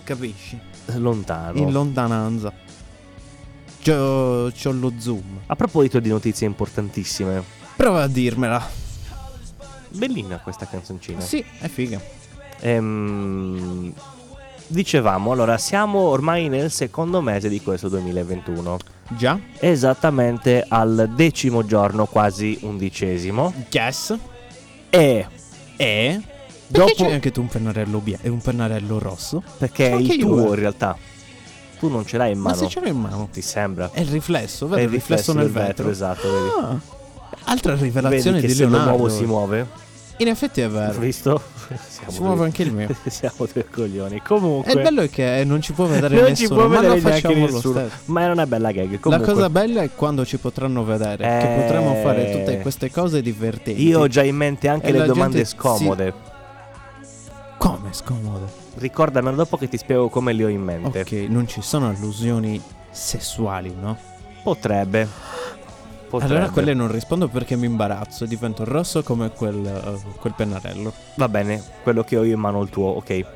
C: capisci?
B: Lontano.
C: In lontananza. C'ho, c'ho lo zoom.
B: A proposito di notizie importantissime,
C: Prova a dirmela.
B: bellina questa canzoncina.
C: Sì, è figa.
B: Ehm, dicevamo, allora siamo ormai nel secondo mese di questo 2021,
C: Già?
B: esattamente al decimo giorno, quasi undicesimo.
C: Yes.
B: E
C: E.
B: Dopo-
C: Dopo. C'è anche tu un pennarello bia- e un pennarello rosso.
B: perché
C: C'ho
B: il
C: anche io,
B: tuo
C: eh.
B: in realtà, tu non ce l'hai in
C: Ma
B: mano,
C: se ce l'ho in mano.
B: ti sembra?
C: È il riflesso, vedi?
B: È
C: il riflesso nel
B: del
C: vetro.
B: esatto, vedi.
C: Ah. Altra
B: Vedi
C: rivelazione
B: che
C: di
B: se lo
C: Leonardo.
B: muovo si muove.
C: In effetti è
B: Hai
C: vero.
B: Visto? Siamo
C: Si muove
B: due-
C: anche il mio.
B: Siamo due coglioni.
C: E il
B: Comunque,
C: bello è che non ci può vedere
B: non
C: nessuno,
B: ci può
C: ma
B: vedere
C: lo
B: neanche
C: facciamo lo
B: nessuno.
C: stesso.
B: Ma era una bella gag. Comunque,
C: La cosa bella è quando ci potranno vedere,
B: Eh.
C: che potremo fare tutte queste cose divertenti.
B: io ho già in mente anche
C: E
B: le
C: Eh, la
B: domande
C: gente si-
B: scomode.
C: Come scomode?
B: Ricordamelo dopo che ti spiego come le ho in mente.
C: Ok, non ci sono allusioni sessuali, no?
B: Potrebbe. Potrebbe.
C: Allora a quelle non rispondo perché mi imbarazzo, divento rosso come quel, eh, quel pennarello.
B: Va bene, quello che ho io in mano è il tuo,
C: Eh?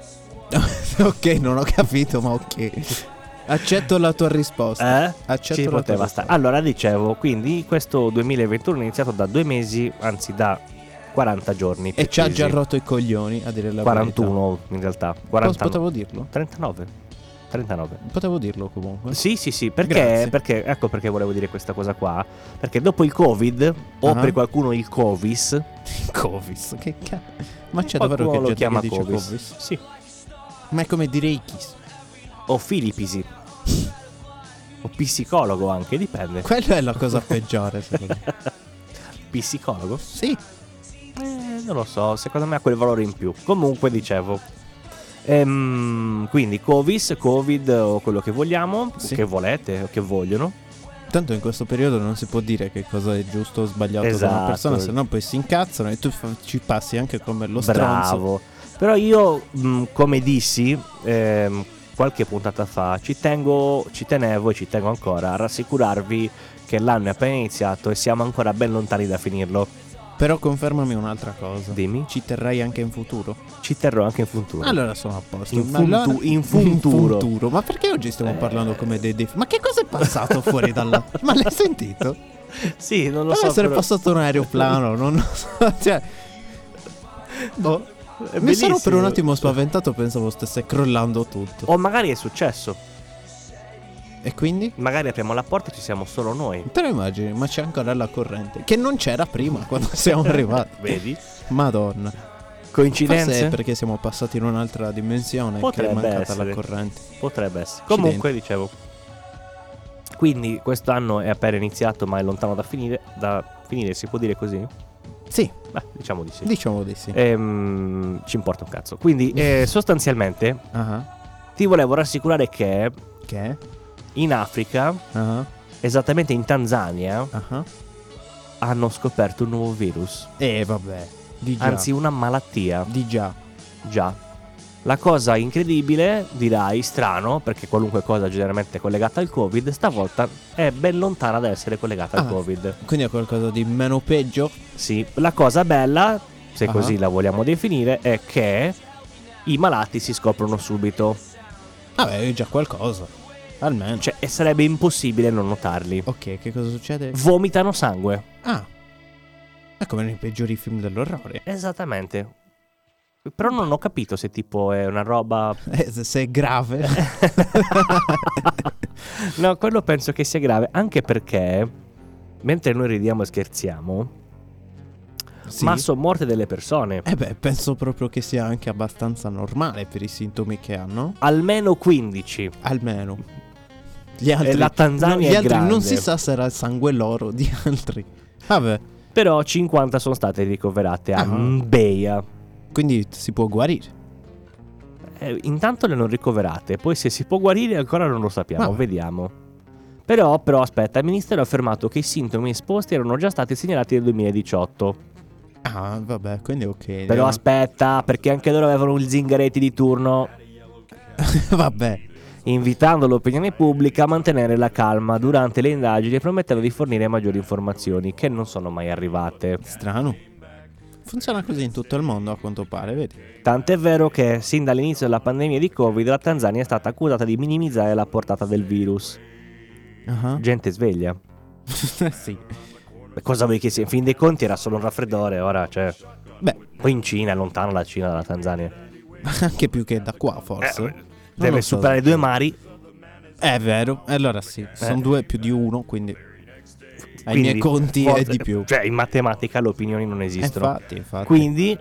B: ok.
C: ok, non ho capito, ma ok. Accetto la tua risposta.
B: Eh?
C: Accetto
B: Ci
C: la
B: poteva
C: tua
B: stare.
C: risposta.
B: Allora, dicevo, quindi questo 2021 è iniziato da due mesi, anzi da 40 giorni.
C: E ci ha già
B: precisi.
C: rotto i coglioni, a dire la verità.
B: 41 in realtà. 40
C: Potevo dirlo?
B: 39. 39.
C: Potevo dirlo comunque.
B: Sì, sì, sì, perché,
C: Grazie.
B: perché- ecco perché volevo dire questa cosa qua, perché dopo il Covid o
C: Ah.
B: per qualcuno il Covis,
C: Covis. Che cazzo. Ma c'è davvero
B: qualcuno
C: che
B: lo
C: gente
B: chiama
C: che dice
B: Covis.
C: Covis.
B: Sì.
C: Ma è come dire i Kiss.
B: O Filipisi. o psicologo anche, dipende.
C: Quella è la cosa peggiore, secondo me.
B: Psicologo?
C: Sì.
B: Eh, non lo so, secondo me ha quel valore in più. Comunque dicevo Ehm, quindi Covis, Covid o quello che vogliamo,
C: Sì.
B: che volete o che vogliono.
C: Tanto in questo periodo non si può dire che cosa è giusto o sbagliato da
B: Esatto.
C: una persona, se no poi si incazzano e tu fa- ci passi anche come lo stronzo.
B: Bravo. Però io, mh, come dissi ehm, qualche puntata fa, ci tengo, ci tenevo e ci tengo ancora a rassicurarvi che l'anno è appena iniziato e siamo ancora ben lontani da finirlo.
C: Però confermami un'altra cosa.
B: Dimmi,
C: Ci terrai anche in futuro?
B: ci terrò anche in futuro.
C: Allora sono a posto.
B: In
C: Ma allora-
B: funtu- in futuro.
C: futuro. Ma perché oggi stiamo
B: Eh.
C: parlando come dei def- Ma che cosa è passato fuori dalla... Ma l'hai sentito?
B: sì, non lo
C: Deve
B: so.
C: essere
B: però-
C: passato un aeroplano, non lo so. Cioè... Boh.
B: È
C: Mi sono per
B: bellissimo. Oh.
C: un attimo spaventato, pensavo stesse crollando tutto.
B: O magari è successo.
C: E quindi?
B: Magari apriamo la porta e ci siamo solo noi.
C: Te lo immagini, ma c'è ancora la corrente. Che non c'era prima quando siamo arrivati.
B: Vedi?
C: Madonna. Forse
B: Coincidenze?
C: è perché siamo passati in un'altra dimensione
B: Potrebbe
C: che è mancata
B: essere.
C: la corrente.
B: Potrebbe essere. Comunque, dicevo. Quindi quest'anno è appena iniziato, ma è lontano da finire. Da finire, si può dire così?
C: Sì,
B: Beh, diciamo di sì.
C: diciamo di sì.
B: Ehm, ci importa un cazzo. Quindi, eh, sostanzialmente,
C: Ah,
B: ti volevo rassicurare che
C: Che?
B: in Africa,
C: Ah,
B: esattamente in Tanzania,
C: ah.
B: hanno scoperto un nuovo virus.
C: Eh, vabbè. Di già.
B: Anzi, una malattia.
C: di già.
B: Già. La cosa incredibile, dirai strano, perché qualunque cosa generalmente è collegata al Covid, stavolta è ben lontana da essere collegata al
C: Ah.
B: Covid.
C: Quindi è qualcosa di meno peggio?
B: Sì, la cosa bella, se
C: Ah.
B: così la vogliamo definire, è che i malati si scoprono subito.
C: Vabbè, è già qualcosa. Almeno.
B: Cioè, e sarebbe impossibile non notarli.
C: Ok, che cosa succede?
B: Vomitano sangue.
C: Ah. È come nei peggiori film dell'orrore.
B: Esattamente. Però non ho capito se tipo è una roba...
C: Eh, se, se è grave.
B: no, quello penso che sia grave, anche perché, mentre noi ridiamo e scherziamo,
C: sì.
B: ma sono morte delle persone.
C: Eh beh, penso proprio che sia anche abbastanza normale per i sintomi che hanno.
B: Almeno 15.
C: Almeno. Gli altri,
B: la Tanzania
C: no, gli
B: è
C: altri
B: grande.
C: non si sa se era il sangue loro di altri. Vabbè,
B: Però 50 sono state ricoverate a
C: Ah.
B: Mbeya.
C: quindi si può guarire.
B: Eh, intanto le hanno ricoverate, poi se si può guarire ancora non lo sappiamo,
C: Vabbè.
B: vediamo. Però, però aspetta, il ministero ha affermato che i sintomi esposti erano già stati segnalati nel 2018.
C: Ah, vabbè, quindi ok.
B: Però
C: no?
B: aspetta, perché anche loro avevano il zingaretti di turno,
C: vabbè.
B: invitando l'opinione pubblica a mantenere la calma durante le indagini e promettendo di fornire maggiori informazioni che non sono mai arrivate.
C: Strano. Funziona così in tutto il mondo, a quanto pare, vedi?
B: Tant'è vero che sin dall'inizio della pandemia di Covid la Tanzania è stata accusata di minimizzare la portata del virus.
C: Ah.
B: Gente sveglia.
C: sì.
B: E Cosa vuoi che sia? In fin dei conti era solo un raffreddore, ora cioè.
C: Beh,
B: Poi in Cina, è lontano la Cina dalla Tanzania.
C: anche più che da qua, forse.
B: Eh,
C: Non lo
B: deve
C: so. Eh,
B: superare due mari.
C: È vero, allora sì, sono due più di uno, quindi ai
B: quindi
C: miei conti è
B: forse-
C: di più.
B: Cioè, in matematica le opinioni non
C: Eh,
B: esistono.
C: infatti, infatti.
B: Quindi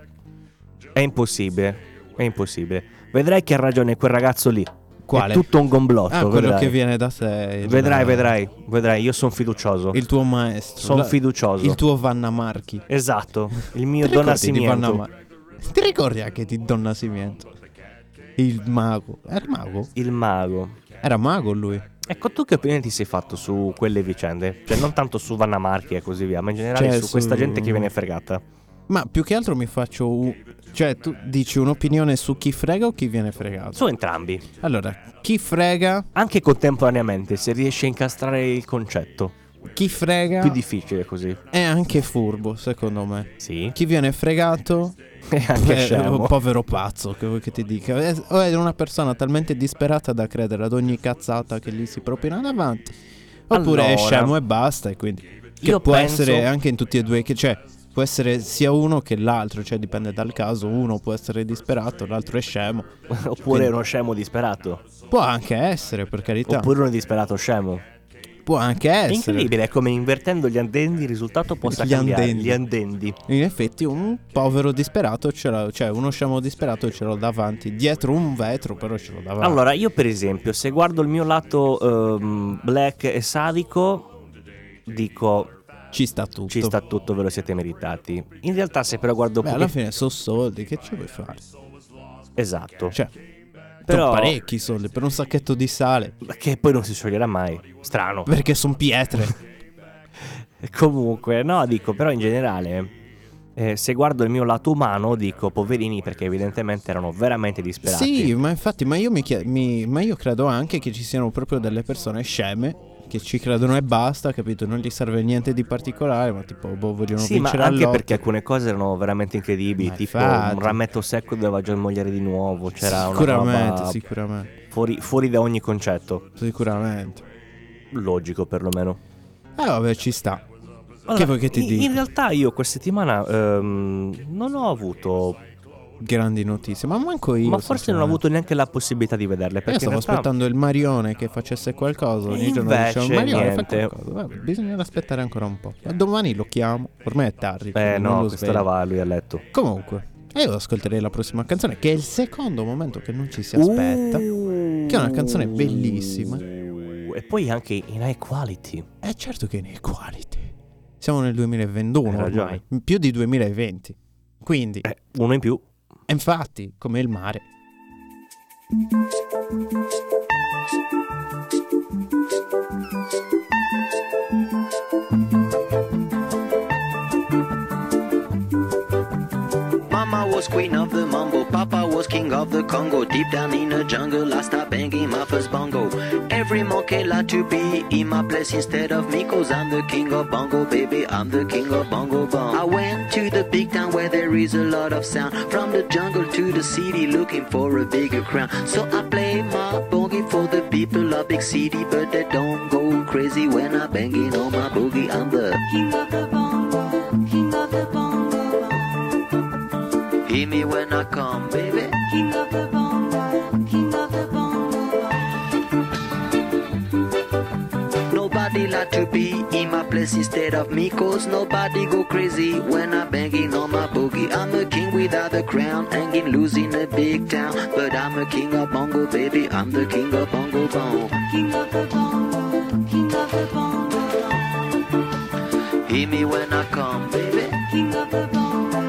B: è impossibile. È impossibile. Vedrai che ha ragione quel ragazzo lì.
C: Quale?
B: È tutto un gomblotto.
C: ah, quello
B: vedrai.
C: che viene da sé. il-
B: Vedrai, vedrai, vedrai. Io sono fiducioso.
C: Il tuo maestro.
B: Sono
C: La-
B: fiducioso.
C: Il tuo Vanna Marchi.
B: Esatto. Il mio
C: Ti
B: Don
C: ricordi di Vanna
B: Nascimento.
C: Mar- Ti ricordi anche di Don Nascimento? Il mago. Era mago?
B: Il mago.
C: Era mago lui.
B: Ecco, tu che opinione ti sei fatto su quelle vicende? Cioè, non tanto su Vanna Marchi e così via, ma in generale
C: Cioè,
B: su, questa
C: su-
B: gente che viene fregata.
C: Ma più che altro mi faccio... u- Cioè, tu dici un'opinione su chi frega o chi viene fregato?
B: Su entrambi,
C: Allora, chi frega...
B: anche contemporaneamente, se riesci a incastrare il concetto.
C: Chi frega
B: Più difficile così.
C: è anche furbo, secondo me.
B: Sì.
C: Chi viene fregato
B: E anche
C: è un
B: scemo.
C: povero pazzo, che vuoi che ti dica. È- O è una persona talmente disperata da credere ad ogni cazzata che gli si propina davanti. Oppure è
B: Allora.
C: scemo e basta, e quindi... Che
B: Io
C: può
B: penso-
C: essere anche in tutti e due, che cioè... Può essere sia uno che l'altro, cioè dipende dal caso. Uno può essere disperato, l'altro è scemo.
B: Oppure uno scemo disperato.
C: Può anche essere, per carità.
B: Oppure uno disperato scemo.
C: Può anche
B: È
C: essere.
B: incredibile, è come invertendo gli andendi il risultato possa
C: Gli
B: cambiare.
C: andendi.
B: Gli andendi.
C: In effetti un povero disperato ce l'ha, cioè uno scemo disperato ce l'ho davanti, dietro un vetro però ce l'ho davanti.
B: Allora, io per esempio, se guardo il mio lato ehm, black e sadico, dico
C: ci sta tutto.
B: Ci sta tutto, ve lo siete meritati. In realtà, se però guardo un
C: Beh,
B: po'
C: alla fine sono soldi, che ci vuoi fare?
B: Esatto.
C: Cioè,
B: Però-
C: però... parecchi soldi per un sacchetto di sale,
B: Che poi non si scioglierà mai. Strano.
C: perché sono pietre.
B: Comunque, no, dico, però in generale. eh, se guardo il mio lato umano, dico poverini perché evidentemente erano veramente disperati.
C: sì, ma infatti, ma io, mi chie- mi- ma io credo anche che ci siano proprio delle persone sceme che ci credono e basta, capito? Non gli serve niente di particolare, ma tipo, boh, vogliono
B: Sì, ma
C: vincere al
B: anche
C: lotto.
B: perché alcune cose erano veramente incredibili.
C: Ma
B: tipo
C: infatti.
B: un rametto secco doveva già mogliere di nuovo. C'era una
C: Sicuramente,
B: roba
C: sicuramente,
B: fuori, fuori da ogni concetto.
C: sicuramente.
B: Logico, perlomeno.
C: Eh vabbè, ci sta.
B: Allora,
C: vuoi che ti
B: in-
C: dica?
B: In realtà io questa settimana ehm, non ho avuto,
C: Grandi notizie, ma manco io.
B: ma forse non ho
C: sinceramente.
B: avuto neanche la possibilità di vederle. Perché
C: Io stavo
B: in realtà-
C: aspettando il Marione che facesse qualcosa. Ogni giorno
B: Invece,
C: dicevo Marione
B: niente.
C: fa qualcosa. Vabbè, bisognerà aspettare ancora un po'. Ma domani lo chiamo. Ormai è tardi.
B: Eh
C: quindi non
B: no,
C: lo
B: questo
C: sveglio.
B: la va lui a letto.
C: Comunque, io ascolterei la prossima canzone, che è il secondo momento che non ci si aspetta. Che è una canzone bellissima.
B: Uh, e poi anche in high quality.
C: È certo che nei quality. Siamo nel 2021
B: Hai
C: ormai,
B: ragione.
C: più di 2020. Quindi,
B: Eh, uno in più.
C: infatti, come il mare.
F: Mama was queen of the mambo, Papa was king of the Congo. Deep down in the jungle, I start banging my first bongo. Every monkey like to be in my place instead of me, cause I'm the king of bongo, baby. I'm the king of bongo bong. I went to the big town where there is a lot of sound. From the jungle to the city, looking for a bigger crown. So I play my boogie for the people of big city, but they don't go crazy when I banging on my boogie. I'm the
G: King of the bongo, king of the bongo, bong.
F: hear me when I come, baby.
G: king of the bongo, king of the bongo, bong.
F: Nobody like to be in my place instead of me Cause nobody go crazy when I'm banging on my boogie I'm a king without a crown, hanging loose in a big town But I'm a king of bongo, baby, I'm the king of bongo bong
G: king of the bongo, king of the bongo, bong.
F: Hear me when I come, baby
G: king of the bongo,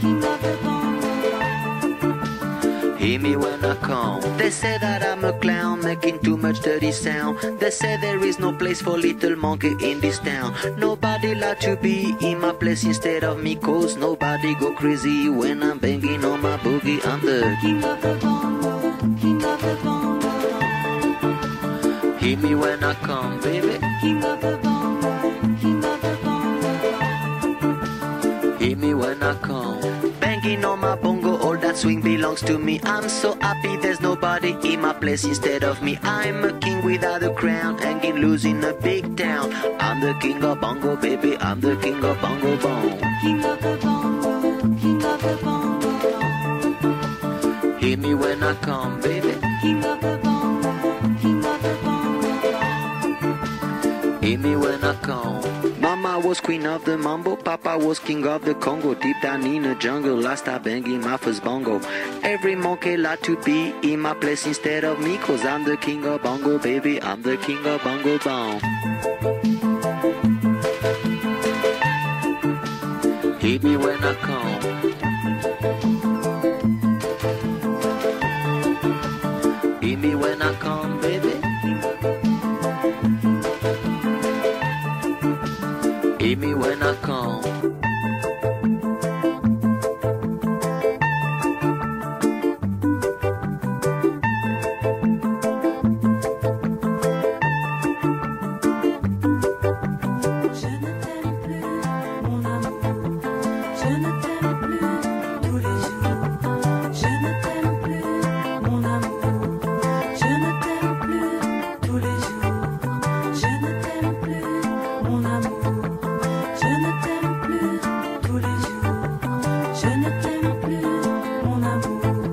G: king of the bongo, bong.
F: Hear me when I come. They say that I'm a clown, making too much dirty sound. They say there is no place for little monkey in this town. Nobody like to be in my place instead of me, cause nobody go crazy when I'm banging on my boogie. I'm the
G: king of the bongo, king of the bongo, bong.
F: hear me when I come, baby.
G: king of the bongo, king of the bongo, bong.
F: Hear me when I come. Banging on my bongo, all that swing belongs to me. I'm so happy there's nobody in my place instead of me. I'm a king without a crown, hanging loose in a big town. I'm the king of bongo, baby. I'm the king of bongo bong.
G: King of the bongo, king of the bongo,
F: Hear me when I come, baby.
G: king of the bongo, king of the bongo,
F: Hear me when I come. Mama was queen of the mambo, Papa was king of the Congo. Deep down in the jungle, last I banging my first bongo. Every monkey like to be in my place instead of me, cause I'm the king of bongo, baby. I'm the king of bongo bong. Hear me when I come. Hear me when I come, baby. Hear me when I come.
G: Je ne t'aime plus, mon amour. Je ne t'aime plus tous les jours. Je ne t'aime plus, mon amour. Je ne t'aime plus tous les jours. Je ne t'aime plus, mon amour. Je ne t'aime plus tous les jours. Je ne t'aime plus, mon amour.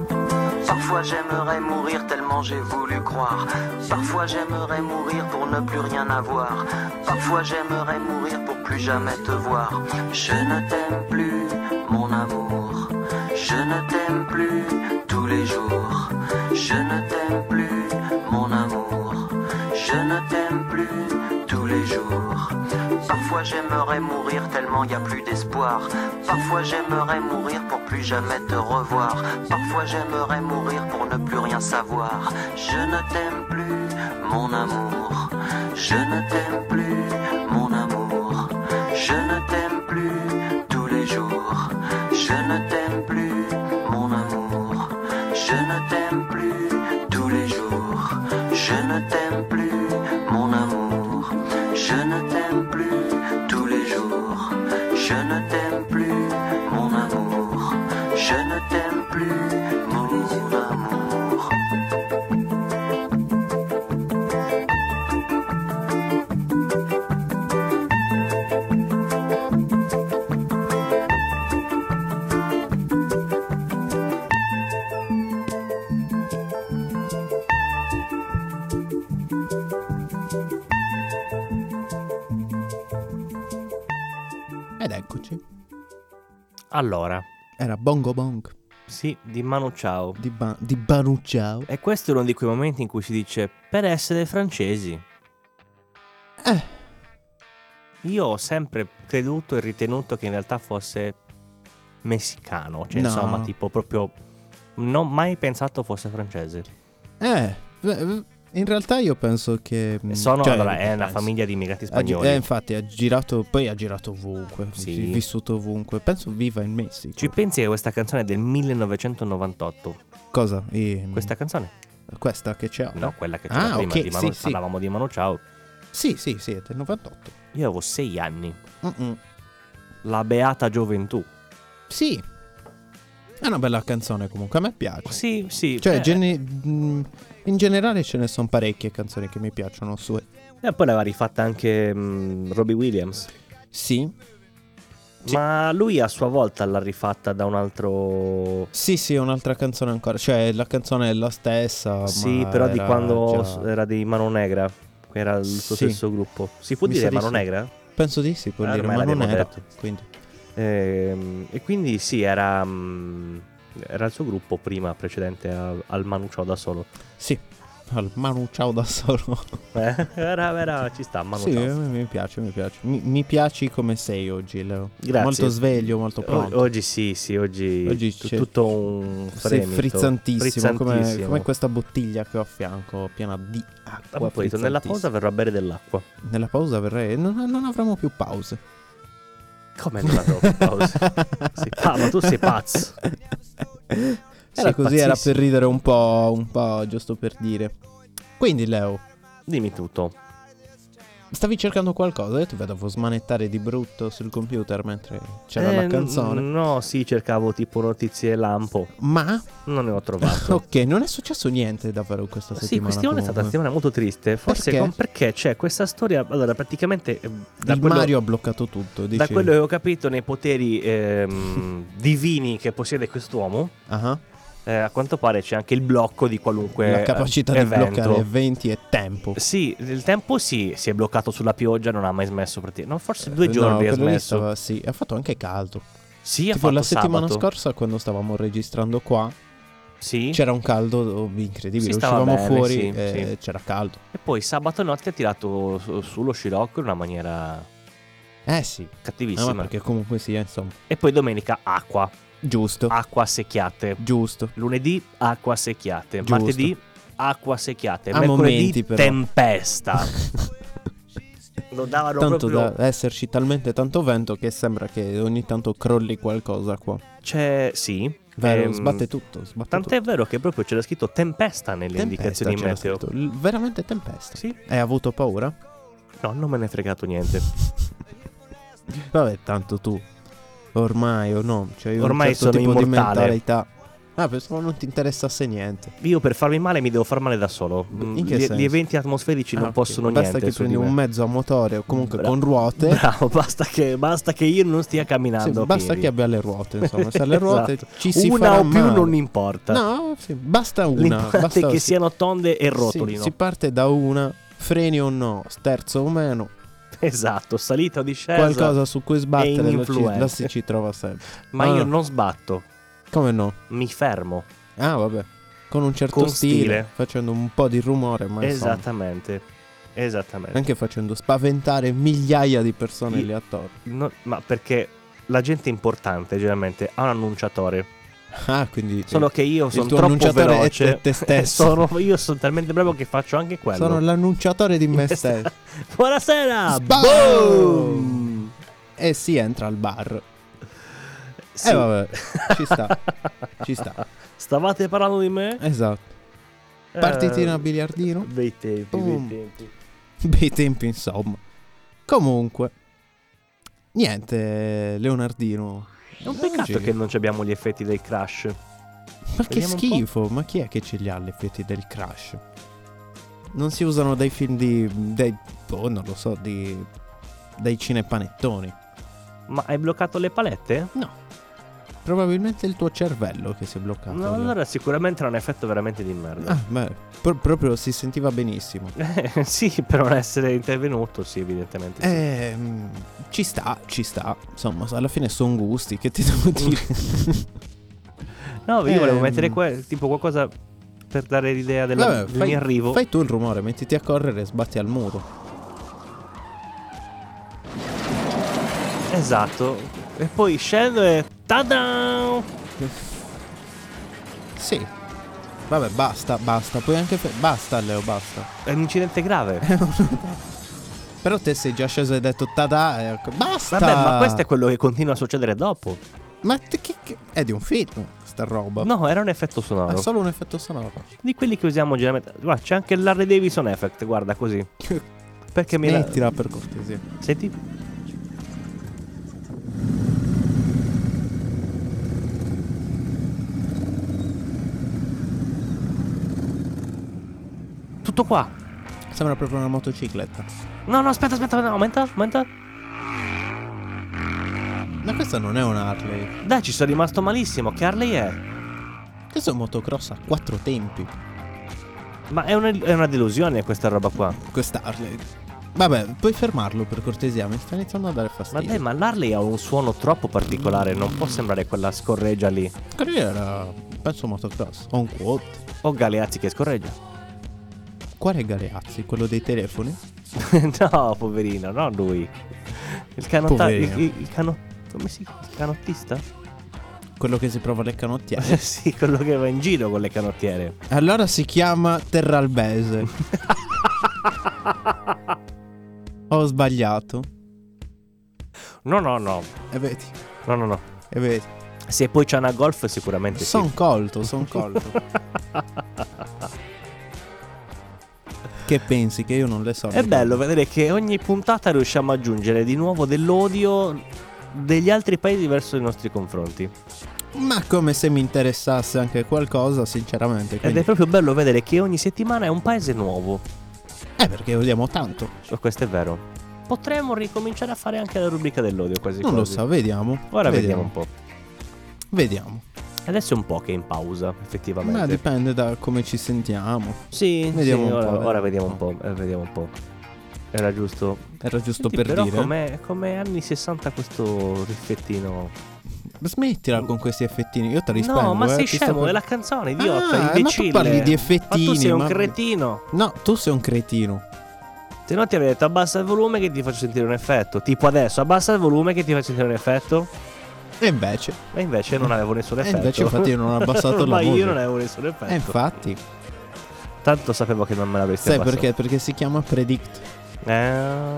F: Parfois j'aimerais mourir tellement j'ai voulu croire. Parfois j'aimerais mourir pour ne plus rien avoir. Parfois j'aimerais mourir pour plus jamais te voir. Je ne t'aime plus, mon amour. Je ne t'aime plus tous les jours. Je ne t'aime plus, mon amour. Je ne t'aime plus tous les jours. Parfois j'aimerais mourir tellement y a plus d'espoir. Parfois j'aimerais mourir pour plus jamais te revoir. Parfois j'aimerais mourir pour ne plus rien savoir. Je ne t'aime plus, mon amour. Je ne t'aime plus, mon amour. Je ne t'aime plus tous les jours. Je ne t'aime plus, mon amour. Je ne t'aime plus tous les jours. Je ne t'aime plus, mon amour. Je ne t'aime plus tous les jours. Je ne t'aime plus, mon amour. Je ne t'aime plus, mon amour.
C: Ed eccoci.
B: Allora,
C: Era Bongo Bong
B: sì, di Manu Ciao.
C: di, ba- di Banu Ciao.
B: E questo è uno di quei momenti in cui si dice per essere francesi.
C: Eh.
B: Io ho sempre creduto e ritenuto che in realtà fosse messicano, cioè
C: No.
B: insomma, tipo proprio non ho mai pensato fosse francese.
C: Eh, eh, in realtà io penso che... mh,
B: Sono
C: cioè,
B: allora, è una
C: penso.
B: famiglia di immigrati
C: Ha gi-
B: spagnoli.
C: eh, infatti ha girato, poi ha girato ovunque,
B: Sì.
C: si è vissuto ovunque. Penso viva in Messico.
B: Ci pensi che questa canzone è del 1998?
C: Cosa? I-
B: Questa canzone?
C: questa che c'è?
B: No, quella che
C: Ah,
B: c'era prima
C: ok,
B: di Manu,
C: sì, sì.
B: parlavamo di Manu Ciao.
C: Sì, sì, sì, è del 98.
B: Io avevo sei anni.
C: Mm-mm.
B: La beata gioventù.
C: Sì. È una bella canzone comunque, a me piace.
B: Sì, sì.
C: Cioè,
B: eh,
C: gene- mh, in generale ce ne sono parecchie canzoni che mi piacciono sue.
B: E poi l'aveva rifatta anche mm, Robbie Williams.
C: Sì. Sì.
B: Ma lui a sua volta l'ha rifatta da un altro.
C: Sì, sì, un'altra canzone ancora. Cioè, la canzone è la stessa.
B: sì,
C: ma
B: però di
C: era
B: quando eh,
C: già-
B: era di Mano Negra. che Era il suo
C: Sì.
B: stesso gruppo. Si può
C: Mi sa
B: dire
C: di
B: Mano
C: sì.
B: Negra?
C: Penso di sì, può
B: Ah,
C: dire,
B: ormai
C: ma non
B: l'abbiamo
C: era.
B: detto.
C: Quindi.
B: Ehm, E, quindi sì, era. mm, era il suo gruppo prima, precedente a- al Manuccio da solo.
C: Sì. Al Manu Ciao da solo.
B: Eh, era, era- ci sta, Manu
C: sì,
B: Ciao.
C: eh, mi piace, mi piace. Mi, mi piaci come sei oggi, Leo.
B: Grazie. Oh,
C: Molto sveglio, molto pronto.
B: O- oggi sì, sì, oggi,
C: Oggi
B: tu-
C: c'è-
B: tutto un
C: sei
B: fremito.
C: frizzantissimo, come- Come,
B: frizzantissimo.
C: questa bottiglia che ho a fianco, piena di
B: Ah, poi,
C: acqua.
B: nella
C: frizzantissima.
B: pausa verrò a bere dell'acqua.
C: Nella pausa verrei. Non, non avremo più pause.
B: Come Eh, non avrò più pausa? Sei pa- Ah, ma tu sei pazzo.
C: Era
B: Sei
C: così, era
B: pazzissimo.
C: per ridere un po', un po', giusto per dire. Quindi, Leo,
B: Dimmi tutto.
C: Stavi cercando qualcosa? Ho detto vedevo smanettare di brutto sul computer mentre c'era
B: Eh,
C: la canzone.
B: n- No, sì, cercavo tipo notizie lampo.
C: Ma
B: Non ne ho trovato.
C: ok, non è successo niente davvero questa
B: Sì,
C: settimana.
B: questione è stata una
C: comunque.
B: settimana molto triste. Forse
C: Perché?
B: con- perché c'è questa storia. Allora, praticamente. eh, Da
C: Il
B: quello,
C: Mario ha bloccato tutto. Dici...
B: da quello che ho capito, nei poteri ehm, divini che possiede quest'uomo,
C: Ah,
B: eh, a quanto pare c'è anche il blocco di qualunque.
C: La capacità
B: eh,
C: di
B: evento.
C: bloccare eventi e tempo.
B: Sì, il tempo sì, si è bloccato sulla pioggia, non ha mai smesso. prati- No, forse due
C: Eh, No,
B: giorni ha
C: quello lì
B: smesso.
C: stava- sì, ha fatto anche caldo.
B: Sì, ha
C: Tipo
B: fatto
C: la settimana
B: sabato.
C: scorsa quando stavamo registrando qua
B: Sì.
C: c'era un caldo oh, incredibile,
B: Sì, stava
C: uscivamo
B: bene,
C: fuori
B: sì,
C: e c'era caldo.
B: E poi sabato notte ha tirato su- sullo scirocco in una maniera
C: Eh sì, Ah, ma
B: cattivissima.
C: perché comunque sia, insomma.
B: E poi domenica acqua,
C: Giusto,
B: acqua a secchiate.
C: giusto.
B: Lunedì acqua a secchiate,
C: Giusto.
B: martedì acqua a secchiate,
C: A
B: mercoledì
C: momenti, però.
B: tempesta. Ah. Lo davano
C: tanto
B: proprio
C: da esserci talmente tanto vento che sembra che ogni tanto crolli qualcosa qua.
B: C'è Cioè, sì.
C: Vero,
B: ehm,
C: sbatte tutto, sbatte
B: Tant'è
C: tutto.
B: vero che proprio c'era scritto tempesta nelle
C: Tempesta
B: indicazioni
C: c'era
B: meteo.
C: scritto, l- veramente tempesta.
B: Sì,
C: Hai avuto paura?
B: no, non me ne è fregato niente.
C: Vabbè, tanto tu ormai o no, cioè io
B: Ormai
C: un certo
B: sono
C: tipo
B: immortale.
C: di mentalità. Ah, pensavo non ti interessasse niente.
B: Io per farmi male mi devo far male da solo. Mm,
C: In che
B: gli,
C: senso?
B: gli eventi atmosferici
C: Ah,
B: non
C: ok.
B: possono
C: Basta
B: niente
C: che
B: su di
C: prendi
B: me.
C: un mezzo a motore o comunque
B: Bra-
C: con ruote.
B: Bravo, basta che, basta che io non stia
C: Sì,
B: camminando. a
C: basta
B: piedi.
C: che abbia le ruote, insomma, se ha le ruote
B: Esatto.
C: ci si
B: Una
C: farà
B: o più
C: male.
B: non importa.
C: No, sì, basta una.
B: L'importante
C: basta-
B: è che
C: sì.
B: siano tonde e
C: Sì,
B: rotoli, no?
C: Si parte da una, freni o no, sterzo o meno,
B: Esatto, salita o discesa.
C: qualcosa su cui sbattere lo ci,
B: ininfluente.
C: la si ci trova sempre.
B: Ma
C: Ah,
B: io non sbatto,
C: Come no?
B: mi fermo.
C: Ah, vabbè. Con un certo
B: Con
C: stile,
B: stile.
C: facendo un po' di rumore, ma insomma,
B: Esattamente. Esattamente.
C: anche facendo spaventare migliaia di persone
B: Io-
C: lì attorno.
B: No, ma perché la gente importante generalmente ha un annunciatore.
C: Ah, quindi
B: Solo che io sono
C: tuo
B: troppo
C: annunciatore è
B: veloce.
C: te- te stesso.
B: sono, io sono talmente bravo che faccio anche quello. Esatto.
C: sono l'annunciatore di me stesso.
B: Buonasera!
C: Sbam!
B: Boom!
C: E si entra al bar.
B: Sì.
C: Eh vabbè, ci sta, ci sta.
B: Stavate parlando di me?
C: Esatto. Partitina a
B: Eh,
C: biliardino.
B: Bei tempi,
C: Boom.
B: bei tempi.
C: Bei tempi, insomma. Comunque. Niente, Leonardino.
B: È un peccato
C: Oggi-
B: che non ci abbiamo gli effetti del crash.
C: Ma che
B: Vediamo un po'.
C: schifo, ma chi è che ce li ha gli effetti del crash? Non si usano dai film di... dai... boh, non lo so, di... dai cinepanettoni.
B: Ma hai bloccato le palette?
C: Probabilmente è il tuo cervello che si è bloccato.
B: No, allora sicuramente era un effetto veramente di merda.
C: Ah, beh, pro- proprio si sentiva benissimo.
B: Eh, sì, per non essere intervenuto, sì, evidentemente. sì.
C: Ehm, ci sta, ci sta. Insomma, alla fine sono gusti, che ti devo dire?
B: no, io volevo
C: ehm.
B: mettere que- tipo qualcosa per dare l'idea della-
C: Vabbè,
B: del mio arrivo.
C: Fai tu il rumore, mettiti a correre e sbatti al muro.
B: Esatto. E poi scendo e... Tada!
C: Sì. Vabbè, basta, basta. Puoi anche. fe- basta, Leo, basta.
B: È un incidente
C: Eh,
B: grave.
C: Però te sei già sceso e hai detto tada. e ecco, Basta.
B: Vabbè, ma questo è quello che continua a succedere dopo.
C: Ma te- che, che- È di un film, sta roba.
B: No, era un effetto
C: È
B: sonoro.
C: solo un effetto sonoro.
B: Di quelli che usiamo generalmente. Guarda, c'è anche l'Harley Davidson effect, guarda così. Perché mi la-
C: Mettila per cortesia.
B: Senti? Tutto qua.
C: Sembra proprio una motocicletta.
B: No, no, aspetta, aspetta, no, aumenta, aumenta.
C: Ma questa non è un Harley.
B: Dai, ci sono rimasto malissimo. Che Harley è?
C: Questo è un motocross a quattro tempi.
B: Ma è, una- è una delusione questa roba qua.
C: Questa Harley. Vabbè, puoi fermarlo per cortesia, mi sta iniziando a dare
B: Ma
C: fastidio.
B: dai, ma l'Harley ha un suono troppo particolare. Non può sembrare quella scorreggia lì.
C: Quello lì era, penso, motocross. O un quad.
B: O Oh, Galeazzi che scorreggia.
C: Quale Galeazzi? Quello dei telefoni?
B: no, poverino, non lui. Il canotta... Il,
C: Poverino.
B: il- il cano- Come si chiama? Il canottista?
C: Quello che si prova le canottiere.
B: Eh sì, quello che va in giro con le canottiere.
C: allora si chiama Terralbese. Ho sbagliato.
B: No, no, no.
C: E vedi,
B: No, no, no.
C: e vedi.
B: Se poi c'è una golf, sicuramente
C: Son
B: sì.
C: colto, son colto. Che pensi? Che io non le so.
B: È bello vedere che ogni puntata riusciamo a aggiungere di nuovo dell'odio degli altri paesi verso i nostri confronti.
C: Ma come se mi interessasse anche qualcosa, sinceramente.
B: Ed
C: quindi-
B: è proprio bello vedere che ogni settimana è un paese nuovo.
C: Eh, perché odiamo tanto.
B: Oh, Questo è vero. Potremmo ricominciare a fare anche la rubrica dell'odio quasi
C: Non lo
B: quasi.
C: so, vediamo.
B: Ora vediamo un po'.
C: Vediamo.
B: Adesso è un po' che è in pausa,
C: Ma
B: effettivamente.
C: dipende da come ci sentiamo.
B: Sì,
C: Vediamo
B: sì,
C: un
B: ora,
C: po',
B: ora
C: vediamo
B: vediamo un
C: un
B: po'. eh, vediamo un po'. Era giusto.
C: Era giusto
B: Senti,
C: per
B: però
C: dire.
B: Come, anni 60 questo riffettino.
C: Smettila con questi effettini. Io te li spengo.
B: no, ma
C: eh,
B: sei
C: ti sto
B: scemo,
C: per-
B: è la canzone, idiota,
C: Ah, ma tu
B: imbecille.
C: parli di
B: Ma tu
C: effettini,
B: sei un
C: ma-
B: cretino.
C: No, tu sei un cretino.
B: Se no ti avrei detto abbassa il volume che ti faccio sentire un effetto. Tipo adesso, abbassa il volume che ti faccio sentire un effetto.
C: E invece.
B: E invece non avevo nessun
C: E
B: effetto.
C: Eh, invece, infatti, io non ho abbassato la
B: Ma io
C: musica.
B: non avevo nessun effetto.
C: Eh, infatti.
B: Tanto sapevo che non me l'avresti
C: Sai
B: abbassato.
C: perché? Perché si chiama predict.
B: Eh...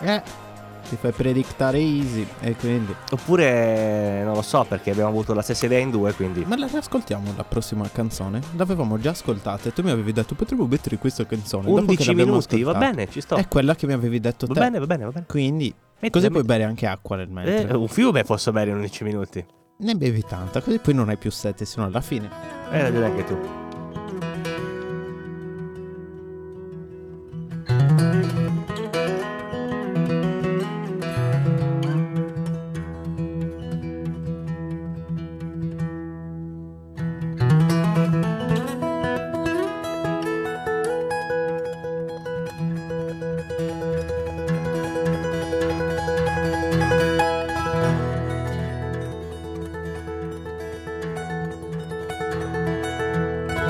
C: Eh. Ti fai predictare easy. E quindi.
B: Oppure non lo so perché abbiamo avuto la stessa idea in due, quindi
C: Ma la riascoltiamo la prossima canzone? L'avevamo già ascoltata e tu mi avevi detto potremmo mettere questa canzone. dopo che
B: 11
C: l'abbiamo
B: minuti, va
C: ascoltata.
B: bene, ci sto.
C: È quella che mi avevi detto
B: va
C: te.
B: bene, va bene, va bene.
C: Quindi,
B: Mettila,
C: così puoi
B: mettila.
C: bere anche acqua nel mentre.
B: Eh, un fiume posso bere in 11 minuti.
C: Ne bevi tanta, così poi non hai più sete sino alla fine.
B: Hai ragione Eh, anche tu.
G: Thank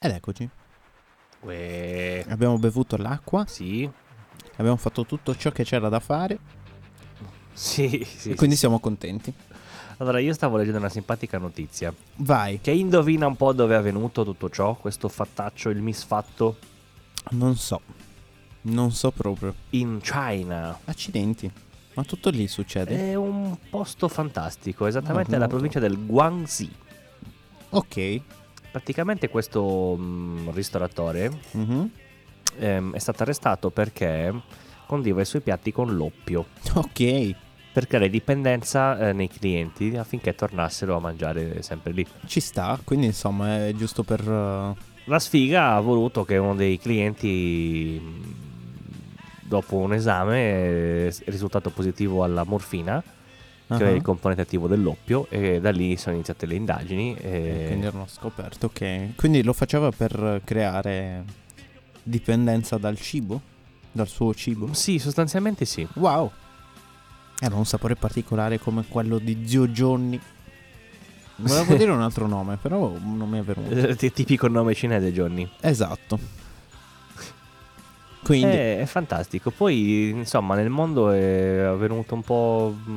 C: veloci.
B: Uè,
C: Abbiamo bevuto l'acqua,
B: sì.
C: abbiamo fatto tutto ciò che c'era da fare
B: Sì, sì,
C: e quindi siamo contenti.
B: sì. Allora, io stavo leggendo una simpatica notizia.
C: Vai,
B: Che indovina un po' dove è avvenuto tutto ciò, questo fattaccio, il misfatto?
C: non so. Non so proprio.
B: In China.
C: Accidenti. Ma tutto lì succede?
B: È un posto fantastico, esattamente
C: No,
B: nella
C: Ah, no.
B: provincia del Guangxi.
C: Ok.
B: Praticamente questo mm, ristoratore
C: Mhm.
B: ehm, è stato arrestato perché condiva i suoi piatti con l'oppio
C: Ok.
B: per creare dipendenza eh, nei clienti affinché tornassero a mangiare sempre lì.
C: Ci sta, quindi insomma è giusto per... eh,
B: La sfiga ha voluto che uno dei clienti, mh, dopo un esame, eh, s- è risultato positivo alla morfina, che è
C: ah,
B: il componente attivo dell'oppio, e da lì sono iniziate le indagini. eh, e-
C: Quindi erano scoperto, ok. Quindi lo faceva per eh, creare dipendenza dal cibo? Dal suo cibo?
B: Sì, sostanzialmente sì.
C: Wow! Era un sapore particolare come quello di Zio Johnny. Volevo dire un altro nome, però non mi è venuto.
B: Eh, ti- Tipico nome cinese, Johnny.
C: Esatto. Quindi,
B: Eh, È, è fantastico. Poi, insomma, nel mondo è avvenuto un po'. mh,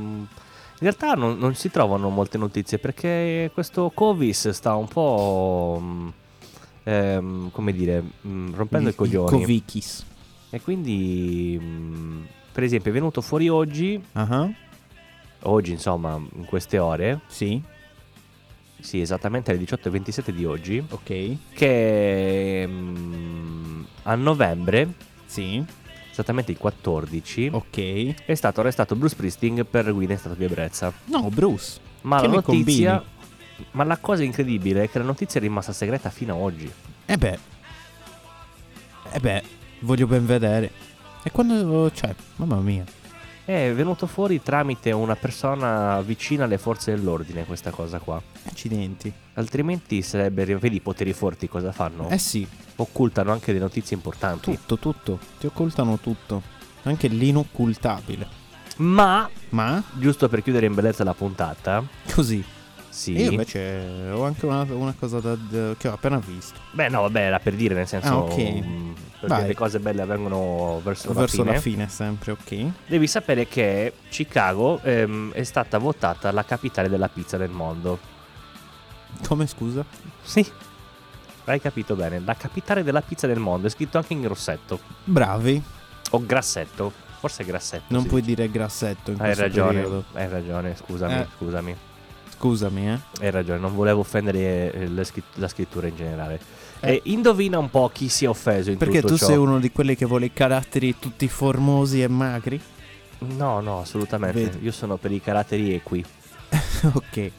B: In realtà non, non si trovano molte notizie perché questo Covis sta un po'. mh, ehm, come dire, mh, rompendo i coglioni.
C: Covichis.
B: E quindi, mh, per esempio, è venuto fuori oggi,
C: Ah,
B: oggi insomma, in queste ore,
C: sì,
B: sì, esattamente alle 18.27 di oggi,
C: ok.
B: che mh, a novembre,
C: Sì,
B: esattamente il 14,
C: ok.
B: è stato arrestato Bruce Priesting per guida in stato di ebbrezza.
C: No, Bruce.
B: Ma
C: Che
B: la
C: ne
B: notizia. Ma la cosa incredibile è che la notizia è rimasta segreta fino ad oggi.
C: E Eh beh. E beh, voglio ben vedere. E quando... Cioè, mamma mia.
B: È venuto fuori tramite una persona vicina alle forze dell'ordine, questa cosa qua.
C: Accidenti.
B: Altrimenti sarebbe. Vedi i poteri forti cosa fanno?
C: Eh sì,
B: Occultano anche le notizie importanti.
C: tutto, tutto. Ti occultano tutto. Anche l'inoccultabile.
B: Ma,
C: Ma,
B: giusto per chiudere in bellezza la puntata,
C: così.
B: sì.
C: Io invece ho anche una, una cosa da, da- che ho appena visto.
B: Beh, no, vabbè, era per dire, nel senso.
C: Ah, ok.
B: mm, perché
C: Vai.
B: le cose belle avvengono verso,
C: Verso
B: la fine.
C: la fine sempre, ok?
B: Devi sapere che Chicago ehm, è stata votata la capitale della pizza del mondo.
C: Come scusa?
B: Sì. Hai capito bene, la capitale della pizza del mondo è scritto anche in grossetto.
C: Bravi.
B: O grassetto, forse è grassetto.
C: Non
B: sì.
C: puoi dire grassetto in
B: Hai
C: questo
B: ragione,
C: periodo.
B: hai ragione, scusami,
C: Eh.
B: scusami.
C: Scusami, eh.
B: Hai ragione, non volevo offendere eh, le schi- la scrittura in generale. E indovina un po' chi si è offeso in
C: Eh. Perché
B: tutto
C: tu
B: ciò.
C: sei uno di quelli che vuole i caratteri tutti formosi e magri?
B: No, no, assolutamente.
C: Vedi.
B: Io sono per i caratteri equi.
C: ok,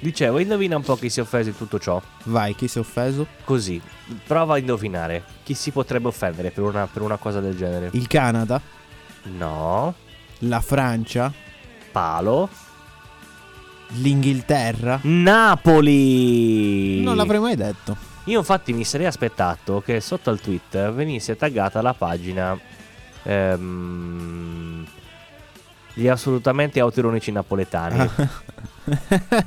B: Dicevo, indovina un po' chi si è offeso in tutto ciò.
C: vai, chi si è offeso?
B: Così, prova a indovinare chi si potrebbe offendere per una, per una cosa del genere.
C: Il Canada?
B: No,
C: La Francia?
B: Palo,
C: L'Inghilterra?
B: Napoli.
C: Non l'avrei mai detto.
B: Io infatti mi sarei aspettato che sotto al tweet venisse taggata la pagina ehm, Gli assolutamente autironici napoletani,
C: Ah.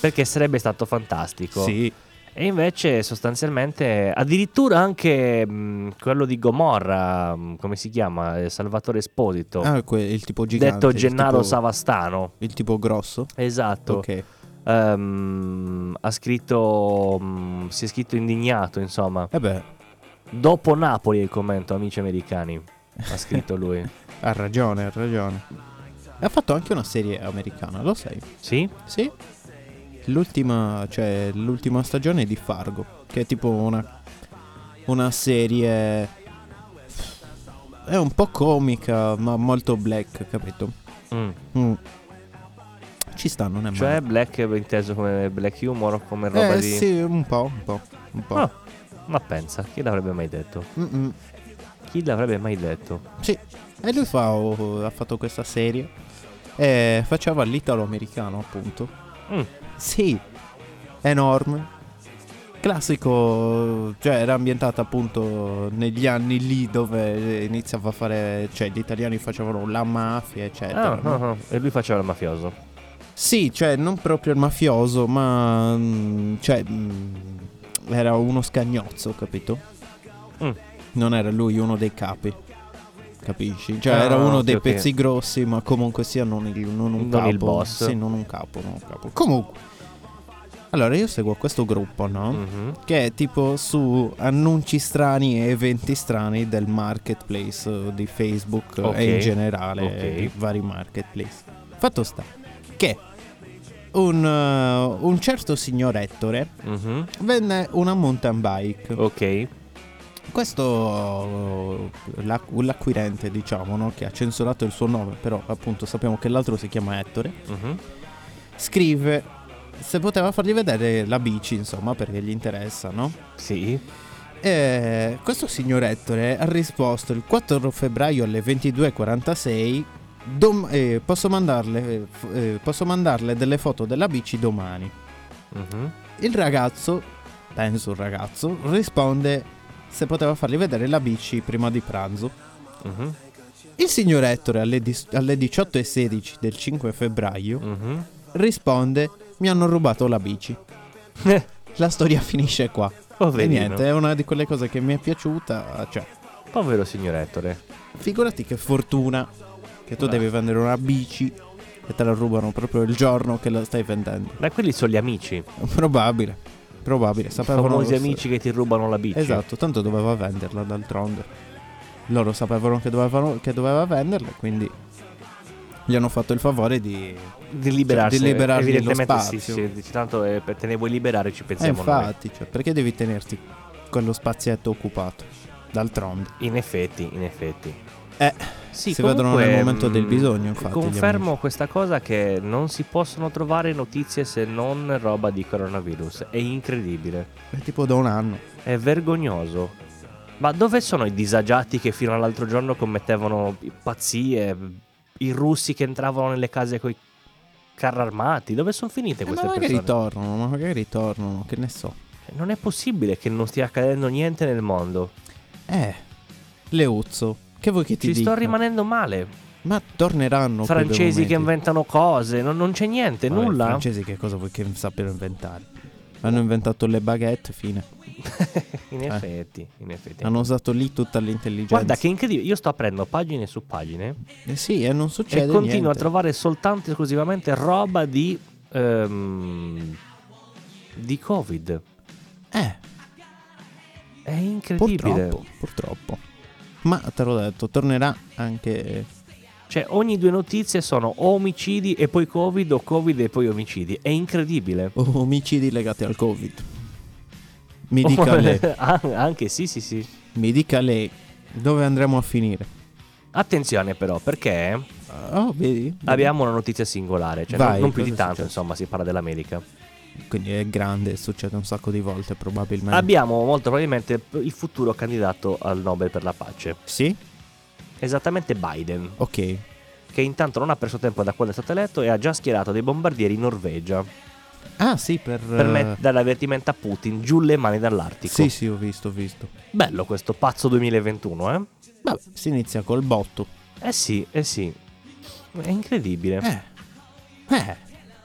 B: perché sarebbe stato fantastico.
C: sì,
B: E invece sostanzialmente addirittura anche mh, quello di Gomorra, mh, come si chiama, Eh, Salvatore Esposito,
C: ah, que- il tipo gigante.
B: detto
C: il
B: Gennaro
C: tipo-
B: Savastano.
C: Il tipo grosso?
B: Esatto.
C: Ok.
B: Ehm, ha scritto mh, si è scritto indignato, insomma.
C: E Eh beh,
B: Dopo Napoli è il commento, amici americani. Ha scritto lui.
C: ha ragione, ha ragione. E ha fatto anche una serie americana, lo sai?
B: sì?
C: Sì. L'ultima, cioè, l'ultima stagione di Fargo, che è tipo una, una serie... È un po' comica, ma molto black, capito?
B: Mm.
C: Mm. Ci sta, non è
B: Cioè
C: male.
B: black inteso come black humor o come roba
C: eh,
B: di...
C: sì, un po', un po', un po'.
B: Ah, ma pensa, chi l'avrebbe mai detto?
C: Mm, mm.
B: Chi l'avrebbe mai detto?
C: Sì. E lui fa- oh, ha fatto questa serie. E faceva l'italo-americano, appunto.
B: Mm.
C: Eh, Sì, enorme. Classico, cioè era ambientata appunto negli anni lì dove iniziava a fare, cioè gli italiani facevano la mafia, eccetera.
B: Ah,
C: no?
B: ah, ah. E lui faceva il mafioso.
C: Sì, cioè non proprio il mafioso, ma mm, cioè, mm, era uno scagnozzo, capito?
B: Mm.
C: Non era lui uno dei capi. Capisci? Cioè,
B: Ah,
C: era uno
B: ok,
C: dei
B: ok.
C: pezzi grossi, ma comunque sia non, il- non un
B: Non
C: capo.
B: il boss.
C: Sì, non un capo, non un capo. Comunque. Allora, io seguo questo gruppo, no?
B: Mhm.
C: Che è tipo su annunci strani e eventi strani del marketplace eh, di Facebook eh,
B: Ok.
C: e in generale
B: Ok.
C: eh, di vari marketplace. Fatto sta che un, eh, un certo signor Ettore Mm.
B: mhm.
C: venne una mountain bike.
B: Ok.
C: Questo eh, l'ac- l'acquirente, diciamo, no? che ha censurato il suo nome, però appunto sappiamo che l'altro si chiama Ettore
B: Mhm.
C: scrive se poteva fargli vedere la bici, insomma, perché gli interessa, no?
B: Sì.
C: E Eh, questo signor Ettore ha risposto il 4 febbraio alle 22.46. dom- eh, posso, mandarle, eh, posso mandarle delle foto della bici domani.
B: Mhm.
C: Il ragazzo, penso il ragazzo, risponde se poteva fargli vedere la bici prima di pranzo.
B: Mhm.
C: Il signor Ettore alle, dis- alle 18.16 del 5 febbraio
B: Mhm.
C: risponde mi hanno rubato la bici. La storia finisce qua. E
B: Poverino.
C: niente, è una di quelle cose che mi è piaciuta. Cioè,
B: Povero signor Ettore.
C: figurati che fortuna che tu
B: Beh.
C: devi vendere una bici e te la rubano proprio il giorno che la stai vendendo.
B: Ma quelli sono gli amici.
C: Probabile, probabile.
B: I
C: Sapevano
B: famosi amici che ti rubano la bici.
C: Esatto, tanto doveva venderla d'altronde. Loro sapevano che, dovevano- che doveva venderla, quindi gli hanno fatto il favore
B: Eh,
C: di...
B: Di liberarsi.
C: Cioè, di liberarli lo
B: Evidentemente sì,
C: spazio.
B: sì. Dici, tanto eh, per- te ne vuoi liberare ci
C: Eh,
B: pensiamo noi.
C: infatti, cioè, perché devi tenerti quello spazietto occupato? D'altronde.
B: In effetti, in effetti.
C: Eh,
B: Sì,
C: si vedono nel momento del
B: mh,
C: bisogno, infatti, gli
B: Confermo questa cosa che non si possono trovare notizie se non roba di coronavirus. È incredibile.
C: è tipo da un anno.
B: È vergognoso. Ma dove sono i disagiati che fino all'altro giorno commettevano pazzie? I russi che entravano nelle case con i carri armati? Dove sono finite
C: Eh, ma
B: Eh, queste
C: magari
B: persone? Eh,
C: ritornano, ma magari tornano, che ne so.
B: Non è possibile che non stia accadendo niente nel mondo.
C: Eh, Leuzzo, che vuoi che ti
B: Ci
C: dica?
B: sto rimanendo male.
C: Ma torneranno quei bei
B: francesi che
C: momenti.
B: inventano cose, non, non c'è niente,
C: Vabbè,
B: nulla.
C: I francesi che cosa vuoi che sappiano inventare? Hanno inventato le baguette, fine.
B: in effetti, in effetti.
C: Eh. Hanno usato lì tutta l'intelligenza.
B: Guarda che incredibile, io sto aprendo pagine su pagine
C: Eh sì, e non succede
B: e continuo
C: niente.
B: a trovare soltanto e esclusivamente roba di ehm, di Covid.
C: Eh,
B: È incredibile.
C: purtroppo, purtroppo. Ma te l'ho detto, tornerà anche...
B: Cioè, ogni due notizie sono o omicidi e poi Covid o Covid e poi omicidi. È incredibile.
C: omicidi legati al Covid. Mi dica lei,
B: An- Anche sì, sì, sì.
C: mi dica lei dove andremo a finire.
B: Attenzione però, perché
C: Oh, vedi?
B: abbiamo una notizia singolare, cioè
C: Vai,
B: non, non più di
C: cosa è
B: tanto,
C: successo?
B: insomma, si parla dell'America.
C: Quindi è grande, succede un sacco di volte probabilmente.
B: Abbiamo molto probabilmente il futuro candidato al Nobel per la pace.
C: Sì?
B: Esattamente Biden,
C: Ok.
B: che intanto non ha perso tempo da quando è stato eletto e ha già schierato dei bombardieri in Norvegia
C: Ah, sì, per...
B: per
C: eh,
B: met- dare l'avvertimento a Putin giù le mani dall'Artico.
C: Sì, sì, ho visto, ho visto.
B: Bello questo pazzo 2021, eh?
C: Vabbè, si inizia col botto.
B: Eh sì, eh sì. È incredibile.
C: Eh. Eh.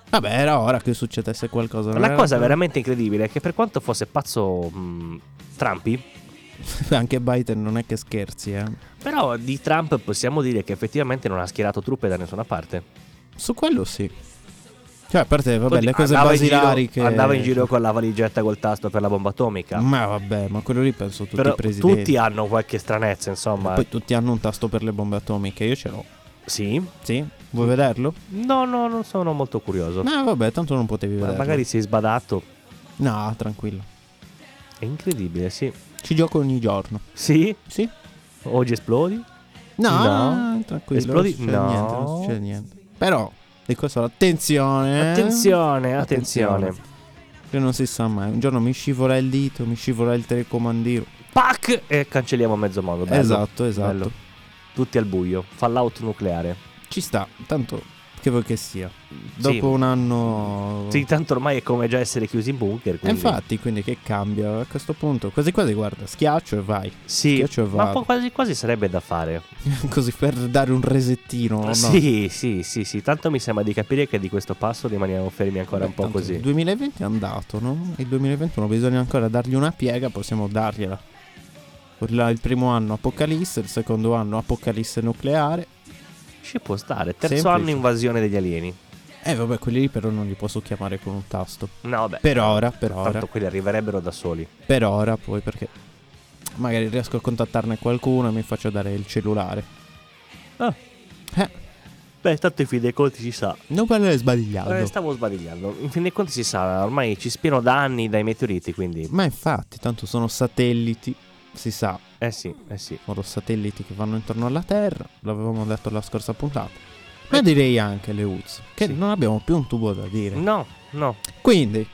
C: Vabbè, era ora che succedesse qualcosa. non
B: La
C: era-
B: cosa veramente incredibile è che per quanto fosse pazzo mh, Trumpi,
C: Anche Biden non è che scherzi, eh.
B: però di Trump possiamo dire che effettivamente non ha schierato truppe da nessuna parte.
C: Su quello sì. Cioè, a parte, vabbè,
B: Oddio,
C: le cose
B: andava in
C: basilari
B: giro-
C: che...
B: Andava in giro con la valigetta col tasto per la bomba atomica.
C: Ma vabbè, ma quello lì penso tutti
B: Però
C: i presidenti.
B: tutti hanno qualche stranezza,
C: E
B: insomma.
C: Poi tutti hanno un tasto per le bombe atomiche, io ce l'ho.
B: Sì?
C: Sì? Vuoi vederlo?
B: No, no, non sono molto curioso.
C: No, vabbè, tanto non potevi
B: Ma
C: vederlo.
B: magari sei sbadato.
C: No, tranquillo.
B: È incredibile, sì.
C: Ci gioco ogni giorno.
B: Sì?
C: Sì?
B: Oggi esplodi?
C: No,
B: No.
C: tranquillo.
B: Esplodi?
C: Non succede
B: No.
C: niente, non succede niente. Però, di questo attenzione. eh.
B: Attenzione, attenzione.
C: Che non si sa mai. Un giorno mi scivola il dito, mi scivola il telecomandino.
B: Pac! E cancelliamo mezzo mondo. bello.
C: esatto, esatto.
B: Bello. Tutti al buio. Fallout nucleare.
C: Ci sta, tanto che vuoi che sia. Dopo un anno...
B: Sì, tanto ormai è come già essere chiusi in bunker.
C: E
B: Quindi...
C: infatti, quindi che cambia a questo punto? Quasi quasi, guarda, schiaccio e vai.
B: sì,
C: schiaccio e
B: ma un
C: vado.
B: po' quasi, quasi sarebbe da fare.
C: Così per dare un resettino. Oh, no?
B: Sì, sì, sì, sì. Tanto mi sembra di capire che di questo passo rimaniamo fermi ancora
C: Beh,
B: un po'
C: tanto
B: così.
C: Il 2020 è andato, no? Il 2021 bisogna ancora dargli una piega, possiamo dargliela. Urla Il primo anno Apocalisse, il secondo anno Apocalisse nucleare.
B: Ci può stare. Terzo
C: Semplice.
B: anno invasione degli alieni.
C: Eh vabbè, quelli lì però non li posso chiamare con un tasto.
B: No, vabbè.
C: Per ora, per ora,
B: Tanto quelli arriverebbero da soli.
C: per ora poi perché magari riesco a contattarne qualcuno e mi faccio dare il cellulare.
B: Ah.
C: Eh,
B: Beh, tanto in fin dei conti si sa.
C: non parlare
B: Eh,
C: sbagliando.
B: stavo sbadigliando. In fin dei conti si sa, ormai ci spiano da anni dai meteoriti, quindi...
C: Ma infatti, tanto sono satelliti, si sa,
B: Eh sì, eh sì.
C: loro satelliti che vanno intorno alla Terra, l'avevamo detto la scorsa puntata. Ma direi anche le UZ, che
B: Sì.
C: non abbiamo più un tubo da dire.
B: No, no.
C: Quindi,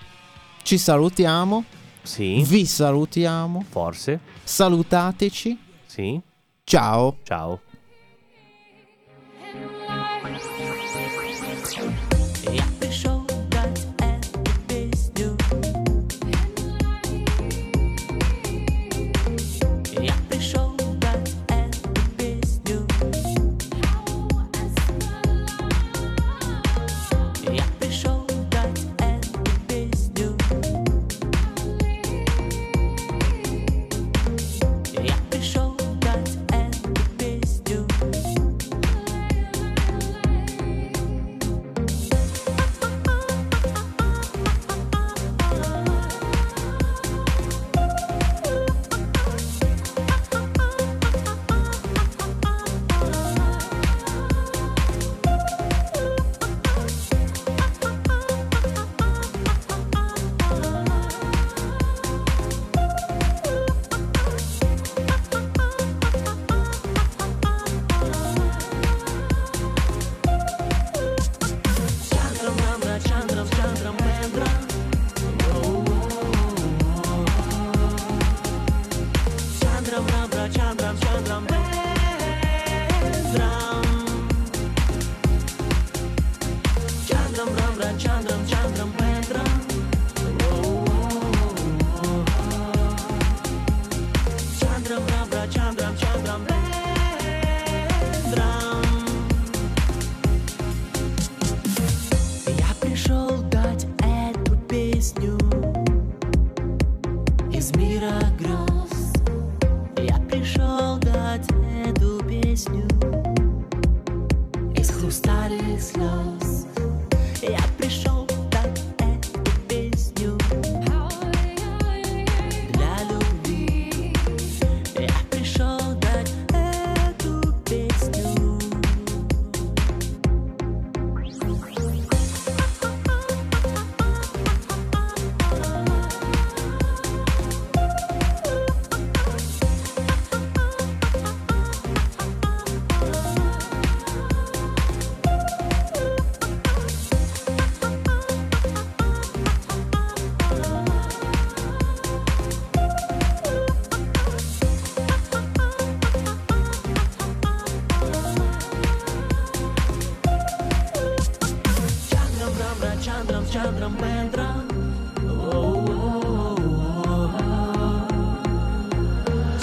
C: ci salutiamo,
B: Sì,
C: vi salutiamo,
B: forse.
C: salutateci,
B: Sì,
C: ciao!
B: ciao.
G: Я пришел дать эту песню. Я пришел дать эту песню. Я пришел дать эту песню. Я пришел дать эту песню. Я пришел дать эту песню из мира гроз. Я пришел дать эту песню из хрустальных слез. Я пришел дать эту песню для любви. Я пришел дать эту песню.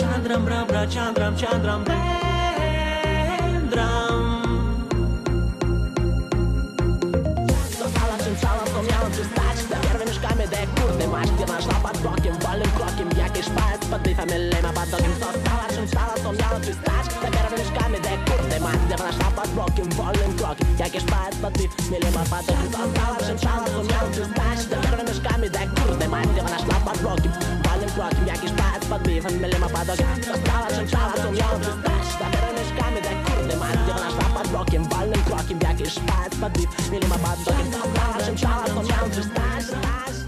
G: Chandram Rabra Chandram Chandram Bendram Stars, stars, stars.